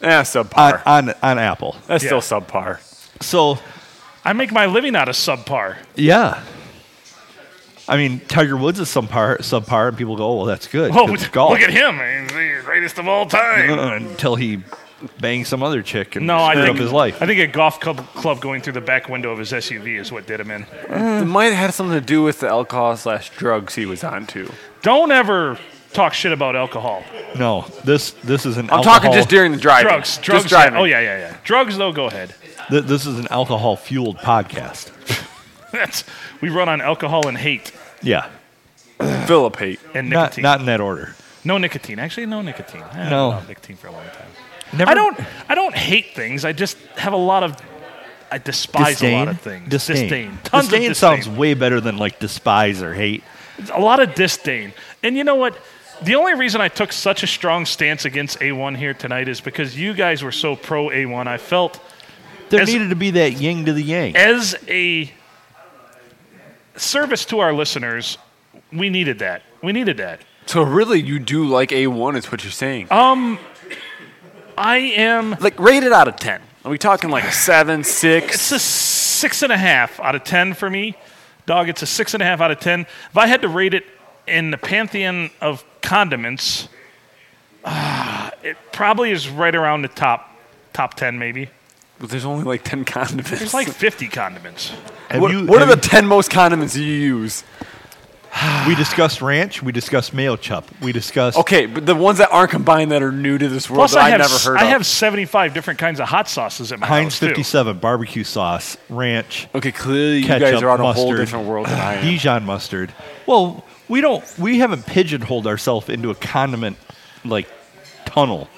S2: Eh,
S3: yeah,
S1: on,
S3: subpar.
S1: on on Apple.
S3: that's
S2: yeah.
S3: still subpar.
S1: So
S2: I make my living out of subpar.
S1: yeah. I mean, Tiger Woods is some par, subpar, and people go, "Oh, well, that's good."
S2: Oh, [LAUGHS]
S1: 'cause it's golf.
S2: look at him! He's the greatest of all time.
S1: Until he bangs some other chick and
S2: No, I
S1: screwed
S2: think
S1: up his life.
S2: I think a golf club, club going through the back window of his SUV is what did him in.
S3: It might have had something to do with the alcohol slash drugs he was on to.
S2: Don't ever talk shit about alcohol.
S1: No, this this is an.
S3: I'm
S1: alcohol,
S3: talking just during the driving.
S2: Drugs,
S3: Just
S2: drugs. yeah.
S3: driving.
S2: Oh yeah, yeah, yeah. Drugs though, go ahead. [LAUGHS]
S1: th- this is an alcohol fueled podcast.
S2: That's we run on alcohol and hate
S1: Yeah,
S3: Philip Haight.
S2: and
S1: not
S2: nicotine.
S1: not in that order.
S2: no nicotine. Actually, no nicotine. I haven't
S1: No.
S2: allowed nicotine for a long time.
S1: Never
S2: I don't. I don't hate things. I just have a lot of. I despise
S1: disdain.
S2: a lot of things.
S1: Disdain.
S2: Tons
S1: Disdain
S2: of disdain.
S1: sounds way better than like despise or hate.
S2: a lot of disdain. And you know what? The only reason I took such a strong stance against A1 here tonight is because you guys were so pro A1. I felt
S1: There
S2: As-
S1: needed to be that yin to the yang.
S2: as a service to our listeners, we needed that. We needed that.
S3: So really, you do like A1 is what you're saying.
S2: Uh-huh. I am
S3: like rated out of 10. Are we
S2: [SIGHS]
S3: talking like a 7, 6?
S2: it's a six and a half out of ten for me. Dog, it's a six and a half out of ten. If I had to rate it in the pantheon of condiments, [SIGHS] ah, it probably is right around the top top ten, maybe.
S3: There's only like 10 condiments.
S2: There's like fifty condiments.
S1: Have
S3: what,
S1: you-
S3: what are
S1: have
S3: the 10 most condiments you use?
S1: you- we discussed ranch. We discussed mayo chup. We discussed.
S3: Okay, but the ones that aren't combined that are new to this world
S2: Plus,
S3: that
S2: I
S3: I,
S2: have
S3: never heard
S2: I
S3: of.
S2: have seventy five different kinds of hot sauces at my
S1: Heinz
S2: house too.
S1: 57 barbecue sauce, ranch,
S3: okay, clearly you
S1: ketchup,
S3: guys are on a
S1: mustard,
S3: whole different world than
S1: [SIGHS]
S3: I am.
S1: Dijon mustard. Well, we don't. We haven't pigeonholed ourselves into a condiment like tunnel.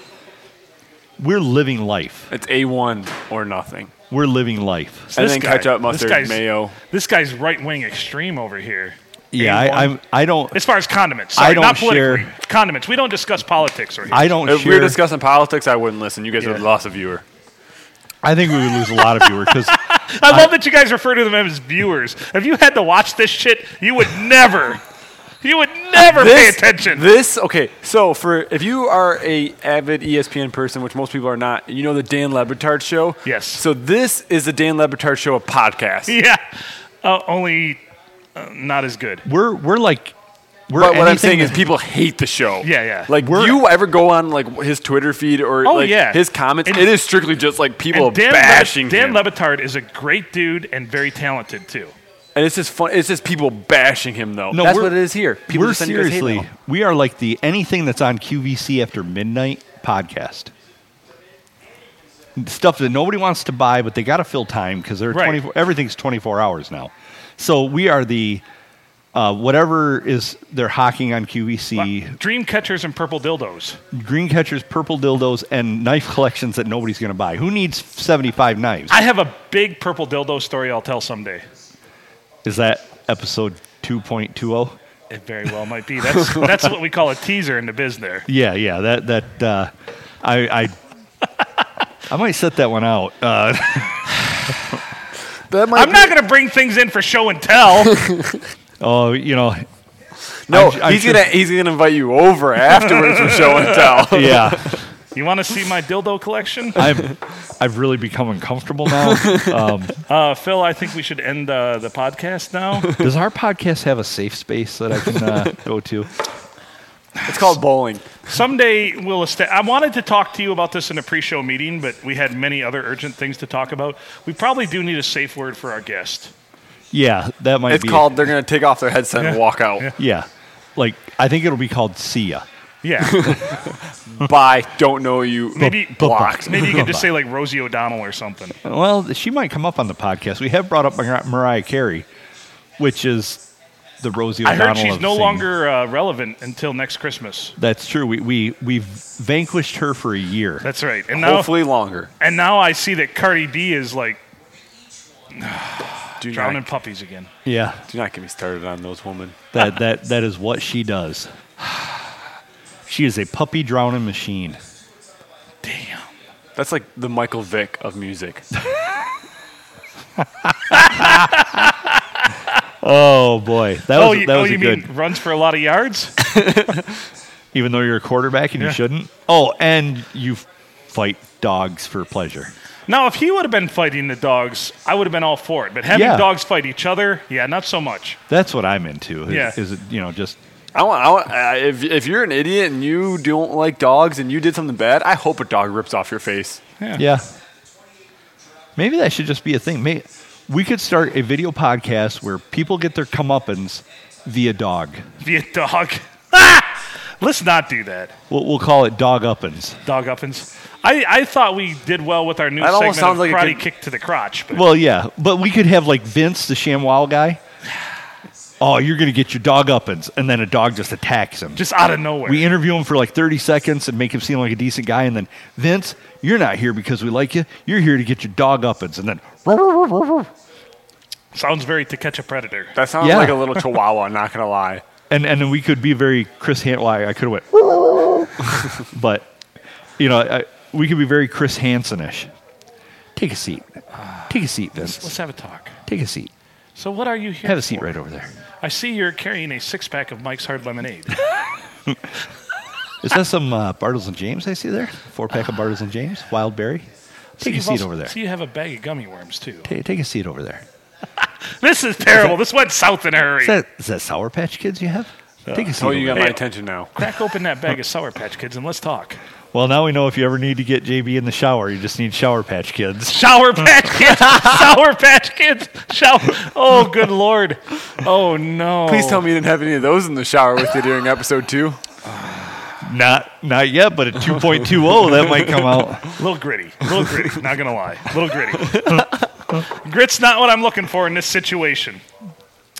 S1: We're living life.
S3: It's A1 or nothing.
S1: We're living life.
S3: and
S2: This
S3: then
S2: guy-
S3: ketchup,
S2: this
S3: mustard,
S2: guy's-
S3: mayo.
S2: This guy's right wing extreme over here.
S1: Yeah,
S2: A1.
S1: I, I'm. I don't.
S2: As far as condiments, sorry,
S1: I don't
S2: not politically.
S1: share-
S2: Condiments. We don't discuss politics right here.
S1: I don't
S3: If we
S1: share.
S3: were discussing politics, I wouldn't listen. You guys would have
S2: Yeah.
S3: lost a viewer.
S1: I think we would lose a lot of viewers because
S2: I love that you guys refer to them as viewers. If you had to watch this shit, you would never, you would never [LAUGHS] pay attention.
S3: This okay. So for if you are a avid E ESPN person, which most people are not, you know the Dan Lebertard show.
S2: Yes.
S3: So this is the Dan Lebertard show, a podcast.
S2: yeah, uh, only uh, not as good.
S1: [LAUGHS] we're we're like. We're
S3: But what I'm saying
S1: is
S3: is, people hate the show.
S2: Yeah, yeah.
S3: Like,
S1: We're-
S3: you ever go on like his Twitter feed or
S2: Oh,
S3: like
S2: yeah.
S3: his comments?
S2: And-
S3: it is strictly just like people
S2: And Dan,
S3: bashing
S2: Le- Dan
S3: him.
S2: Levitard is a great dude and very talented too.
S3: And it's just fun. It's just people bashing him though.
S1: No,
S3: That's
S1: we're-
S3: what it is here. People
S1: we're
S3: just send you guys hate
S1: seriously,
S3: mail.
S1: we are like the anything that's on QVC after midnight podcast. Stuff that nobody wants to buy, but they got to fill time because they're
S2: Right.
S1: 24, everything's 24 hours now. So we are the uh, whatever is they're hawking on QVC,
S2: Dream catchers and purple dildos.
S1: green catchers, purple dildos, and knife collections that nobody's going to buy. Who needs 75 knives?
S2: I have a big purple dildo story I'll tell someday.
S1: is that episode 2.20?
S2: It very well might
S1: [LAUGHS]
S2: be. That's that's what we call a teaser in the biz. There.
S1: Yeah, yeah. That that uh, I I [LAUGHS] I might set that one out. Uh,
S3: That might
S2: I'm not going to bring things in for show and tell.
S1: [LAUGHS] oh, you know,
S3: No,
S1: I'm- I'm
S3: he's
S1: sure-
S3: gonna he's gonna invite you over afterwards for show
S1: [LAUGHS]
S3: and tell.
S1: yeah.
S2: You want to see my dildo collection?
S1: I've I've really become uncomfortable now. Um,
S2: Uh, Phil, I think we should end uh, the podcast now.
S1: does our podcast have a safe space that I can [LAUGHS] uh, go to?
S3: It's called bowling.
S2: Someday we'll. Esta- I wanted to talk to you about this in a pre-show meeting, but we had many other urgent things to talk about. We probably do need a safe word for our guest.
S1: Yeah, that might
S3: It's
S1: be
S3: called they're gonna take off their headset and
S2: Yeah.
S3: walk out.
S1: Yeah, like I think it'll be called See ya. [LAUGHS]
S2: Yeah,
S3: [LAUGHS] Bye. Don't know you.
S2: maybe
S1: Blocked.
S2: Maybe you could just say like Rosie O'Donnell or something.
S1: Well, she might come up on the podcast. We have brought up Mar- Mariah Carey, which is the Rosie
S2: I
S1: O'Donnell.
S2: heard she's
S1: of
S2: no
S1: singing.
S2: longer uh, relevant until next Christmas.
S1: That's true. We we we've vanquished her for a year.
S2: That's right. And now,
S3: Hopefully longer.
S2: and now I see that Cardi B is like
S3: Do
S2: drowning
S3: not,
S2: puppies again.
S1: yeah,
S3: do not get me started on those women.
S1: that that that is what she does. She is a puppy drowning machine.
S2: Damn.
S3: That's like the Michael Vick of music.
S1: Oh boy, that
S2: oh,
S1: was
S2: you,
S1: that
S2: oh,
S1: was a
S2: you
S1: good.
S2: mean runs for a lot of yards?
S1: even though you're a quarterback and you
S2: Yeah.
S1: shouldn't. Oh, and you f- fight dogs for pleasure.
S2: Now, if he would have been fighting the dogs, I would have been all for it. But having
S1: Yeah.
S2: dogs fight each other, yeah, not so much.
S1: That's what I'm into. Is,
S2: Yeah.
S1: is it you know just
S3: I want. I want uh, if if you're an idiot and you don't like dogs and you did something bad, I hope a dog rips off your face.
S2: Yeah.
S1: yeah. Maybe that should just be a thing. May we could start a video podcast where people get their comeuppance via dog.
S2: Via dog. [LAUGHS] Ah! Let's not do that.
S1: We'll, we'll call it dog uppins.
S2: Dog uppins. I, I thought we did well with our new
S3: That
S2: segment
S3: almost
S2: of
S3: sounds like a
S2: karate
S3: good-
S2: kick to the crotch. But
S1: Well, yeah, but we could have like Vince, the ShamWow guy. Oh, you're gonna get your dog uppins, and then a dog just attacks him.
S2: just out of nowhere.
S1: We interview him for like 30 seconds and make him seem like a decent guy. And then, Vince, you're not here because we like you. You're here to get your dog uppins. And then,
S2: Sounds very to catch a predator.
S3: That sounds
S1: Yeah.
S3: like a little chihuahua. Not gonna lie.
S1: and, and then we could be very Chris Hansen. Well, I could have went, [LAUGHS] but, you know, I, we could be very Chris Hansen ish. Take a seat. Take a seat,
S2: Let's
S1: Vince.
S2: have a talk.
S1: Take a seat.
S2: So, what are you here?
S1: Have a seat right over there.
S2: I see you're carrying a six pack of Mike's Hard Lemonade.
S1: Is that some uh, Bartles and James I see there? Four pack of Bartles and James, Wild Berry. Take a
S2: You've
S1: seat
S2: also-
S1: over there.
S2: So, you have a bag of gummy worms, too.
S1: Ta- take a seat over there.
S2: This is terrible. This went south in a hurry.
S1: Is that, is that Sour Patch Kids you have? Take a seat.
S3: Oh,
S1: over
S3: you got
S1: there.
S3: my attention now.
S2: Crack open that bag of Sour Patch Kids and let's talk.
S1: Well, now we know if you ever need to get JB in the shower, you just need Shower Patch Kids.
S2: Shower [LAUGHS] Patch Kids. Sour Patch Kids. Shower. Oh, good lord. Oh no.
S3: Please tell me you didn't have any of those in the shower with you during episode two.
S1: Not not yet, but at 2.20 oh, that might come out.
S2: A little gritty. A little gritty. Not gonna lie. A little gritty. Grit's not what I'm looking for in this situation.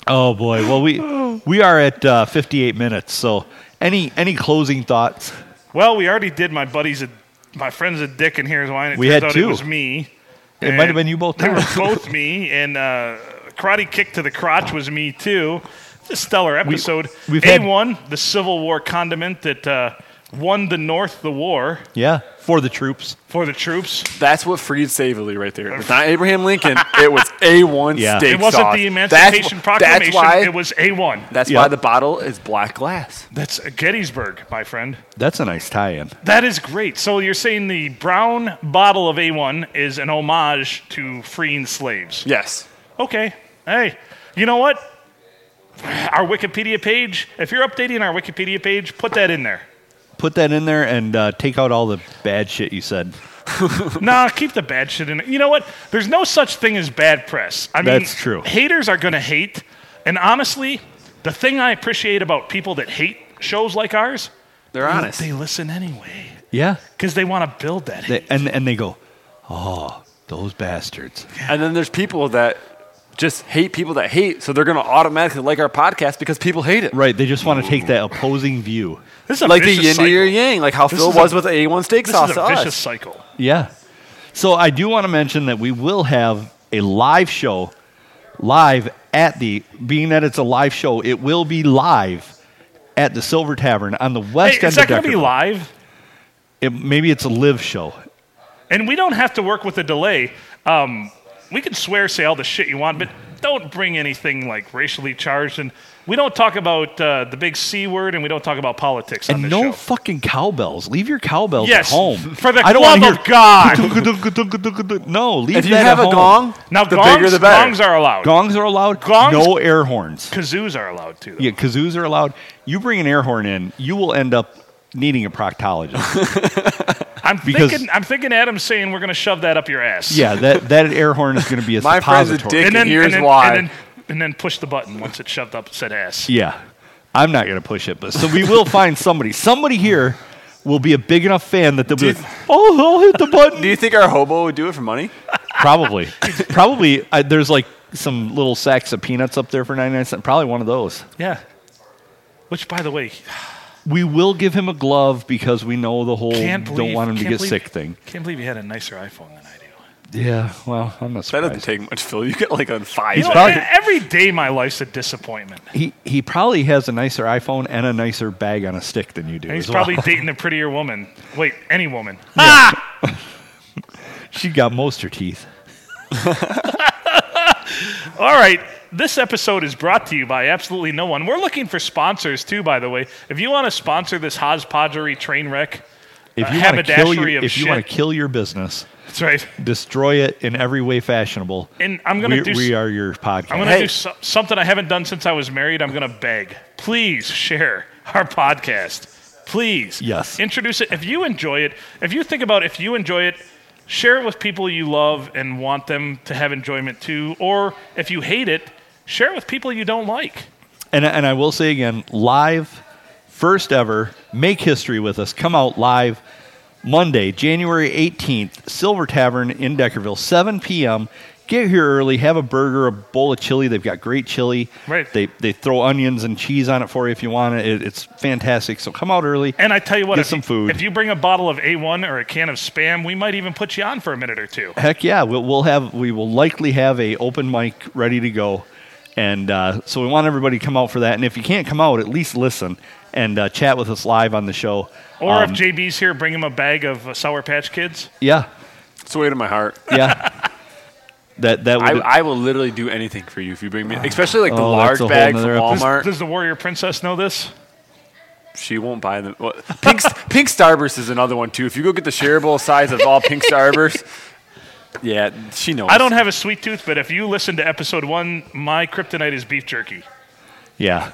S1: Oh boy. Well, we we are at uh, 58 minutes. So, any any closing thoughts?
S2: Well, we already did my buddies, a, my friends a dick, and here's why. And it
S1: We
S2: turns
S1: had
S2: out
S1: two.
S2: It was me.
S1: It might have been you both.
S2: They were
S1: times.
S2: both me, and uh, karate kick to the crotch was me too. It's a stellar episode.
S1: we've had-
S2: A1, the Civil War condiment that uh, won the North the war
S1: Yeah, for the troops.
S2: for the troops.
S3: That's what freed Savely right there.
S2: [LAUGHS]
S3: It was not Abraham Lincoln. It was A1
S1: Yeah.
S3: steak
S2: It wasn't
S3: sauce.
S2: the
S3: That's
S2: Emancipation
S3: wh-
S2: Proclamation.
S3: That's why,
S2: it was A1.
S3: that's
S1: Yeah.
S3: why the bottle is black glass.
S2: That's Gettysburg, my friend.
S1: That's a nice tie-in.
S2: That is great. So you're saying the brown bottle of A1 is an homage to freeing slaves.
S3: Yes.
S2: Okay. Hey, you know what?
S3: [LAUGHS]
S2: Our Wikipedia page, if you're updating our Wikipedia page, put that in there.
S1: Put that in there and uh, take out all the bad shit you said.
S2: nah, keep the bad shit in it. You know what? There's no such thing as bad press. I mean,
S1: That's true.
S2: Haters are going to hate. And honestly, the thing I appreciate about people that hate shows like ours,
S3: They're honest.
S2: they listen anyway
S1: Yeah.
S2: because they want to build that.
S1: They, and and they go, oh, those bastards.
S3: And then there's people that just hate people that hate, so they're going to automatically like our podcast because people hate it.
S1: Right. They just want to take that opposing view.
S2: this is a
S3: Like the
S2: vicious
S3: yin to
S2: cycle.
S3: your yang, like how Phil
S2: is a-
S3: was with the A1 steak
S2: This
S3: sauce
S2: is
S3: to
S2: a vicious
S3: us.
S2: cycle.
S1: Yeah. So I do want to mention that we will have a live show live at the being that it's a live show, it will be live at the Silver Tavern on the west
S2: Hey,
S1: end
S2: is that
S1: of
S2: going to be
S1: Deckerville.
S2: live?
S1: It, maybe it's a live show.
S2: And we don't have to work with a delay. Um, we can swear, say all the shit you want, but don't bring anything like racially charged. And we don't talk about uh, the big C word, and we don't talk about politics on
S1: And
S2: this
S1: no
S2: show.
S1: fucking cowbells. Leave your cowbells
S2: Yes,
S1: at home.
S2: for the
S1: I don't wanna
S2: love
S1: hear,
S2: of
S1: [LAUGHS]
S2: God.
S1: No, leave
S3: If you
S1: that
S3: have
S1: at
S3: a
S1: home.
S3: gong,
S2: now,
S3: the
S2: gongs,
S3: bigger the better.
S2: gongs are allowed.
S1: Gongs are allowed.
S2: Gongs-
S1: No air horns.
S2: Kazoos are allowed to. though.
S1: Yeah, kazoos are allowed. You bring an air horn in, you will end up needing a
S3: [LAUGHS]
S1: proctologist.
S2: I'm
S1: because-
S2: thinking. I'm thinking. Adam's saying we're going to shove that up your ass.
S1: yeah, that, that air horn is going to be a
S3: My friend's a
S1: suppository.
S3: dick.
S2: And then,
S3: Here's
S2: and then,
S3: why.
S2: And then, and then push the button once it's shoved up said ass.
S1: Yeah, I'm not going to push it, but so we will find somebody. Somebody here will be a big enough fan that they'll be
S3: Do
S1: like,
S3: you-
S1: "Oh, I'll hit
S3: [LAUGHS]
S1: the button."
S3: Do you think our hobo would do it for money?
S1: probably, probably. I, there's like some little sacks of peanuts up there for 99 cents. Probably one of those.
S2: Yeah. Which, by the way,
S1: We will give him a glove because we know the whole
S2: can't believe
S1: don't want him to
S2: can't
S1: get
S2: believe-
S1: sick thing.
S2: Can't believe you had a nicer iPhone than I do.
S1: Yeah, well, I'm not
S3: That
S1: surprised.
S3: doesn't take much, Phil. You get like on five.
S2: You know, e-,
S1: probably-
S2: every day my life's a disappointment.
S1: He he probably has a nicer iPhone and a nicer bag on a stick than you do.
S2: And he's
S1: as well.
S2: probably dating a prettier woman. Wait,
S1: [LAUGHS]
S2: any woman.
S1: she got most her teeth.
S2: All right. This episode is brought to you by absolutely no one. We're looking for sponsors too, by the way. If you want to sponsor this hodgepodgery train wreck,
S1: If
S2: A
S1: you want to kill your,
S2: haberdashery of
S1: if you want
S2: shit.
S1: to kill your business,
S2: that's right.
S1: destroy it in every way fashionable.
S2: And I'm gonna
S1: we,
S2: do s-
S1: we are your podcast.
S2: I'm going to
S3: Hey.
S2: do so- something I haven't done since I was married. I'm going to beg. Please share our podcast. Please.
S1: Yes.
S2: Introduce it. If you enjoy it, if you think about if you enjoy it, share it with people you love and want them to have enjoyment too. Or if you hate it, share it with people you don't like.
S1: and and I will say again, live, first ever, make history with us. Come out live Monday, January 18th, Silver Tavern in Deckerville, 7 p.m. Get here early, have a burger, a bowl of chili. They've got great chili.
S2: Right.
S1: They they throw onions and cheese on it for you if you want it. it it's fantastic. So come out early.
S2: And I tell you what,
S1: Get
S2: if,
S1: some food.
S2: if you bring a bottle of A1 or a can of spam, we might even put you on for a minute or two.
S1: Heck yeah, we'll, we'll have we will likely have a open mic ready to go, and uh, so we want everybody to come out for that. And if you can't come out, at least listen and uh, chat with us live on the show.
S2: Or
S1: Um,
S2: if JB's here, bring him a bag of uh, Sour Patch Kids.
S1: yeah,
S3: It's the weight of my heart.
S1: yeah, that that
S3: I,
S1: would
S3: I will literally do anything for you if you bring me, especially like the
S1: Oh,
S3: large
S1: that's a whole
S3: bag from
S1: nother episode. [LAUGHS]
S3: Walmart.
S2: Does the Warrior Princess know this?
S3: She won't buy them. Well, pink, [LAUGHS] pink Starburst is another one too. If you go get the shareable size of all pink Starburst, [LAUGHS] yeah, she knows.
S2: I don't have a sweet tooth, but if you listen to episode one, my kryptonite is beef jerky.
S1: yeah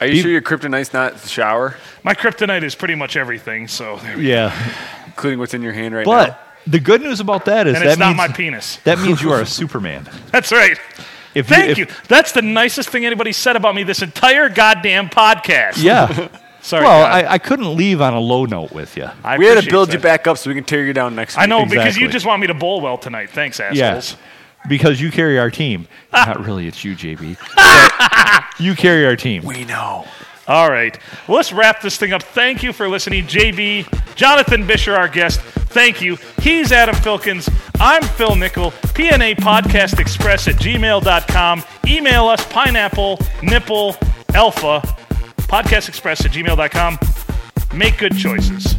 S3: Are you sure your kryptonite's not the shower,
S2: My kryptonite is pretty much everything, so and
S1: yeah.
S3: including what's in your hand right
S1: But
S3: now?
S1: the good news about that is
S2: it's
S1: that means
S2: not my penis.
S1: [LAUGHS] that means you are a Superman.
S2: That's right.
S1: If
S2: Thank
S1: if-
S2: you. That's the nicest thing anybody said about me this entire goddamn podcast. [LAUGHS]
S1: Yeah.
S2: Sorry.
S1: well,
S2: Oh God.
S1: I, I couldn't leave on a low note with you.
S2: I
S3: we had to
S2: appreciate
S3: build you
S2: that.
S3: back up so we can tear you down next week.
S2: I know because
S1: Exactly.
S2: you just want me to bowl well tonight. Thanks, assholes.
S1: Yes. Because you carry our
S2: [LAUGHS]
S1: team. Not really, it's you, JB. But you carry our team.
S3: We know.
S2: All right. Well, let's wrap this thing up. Thank you for listening. JB, Jonathan Bisher, our guest. Thank you. He's Adam Filkins. I'm Phil Nickel. PNA Podcast Express at gmail.com. Email us pineapple nipple alpha podcast express at gmail.com. Make good choices.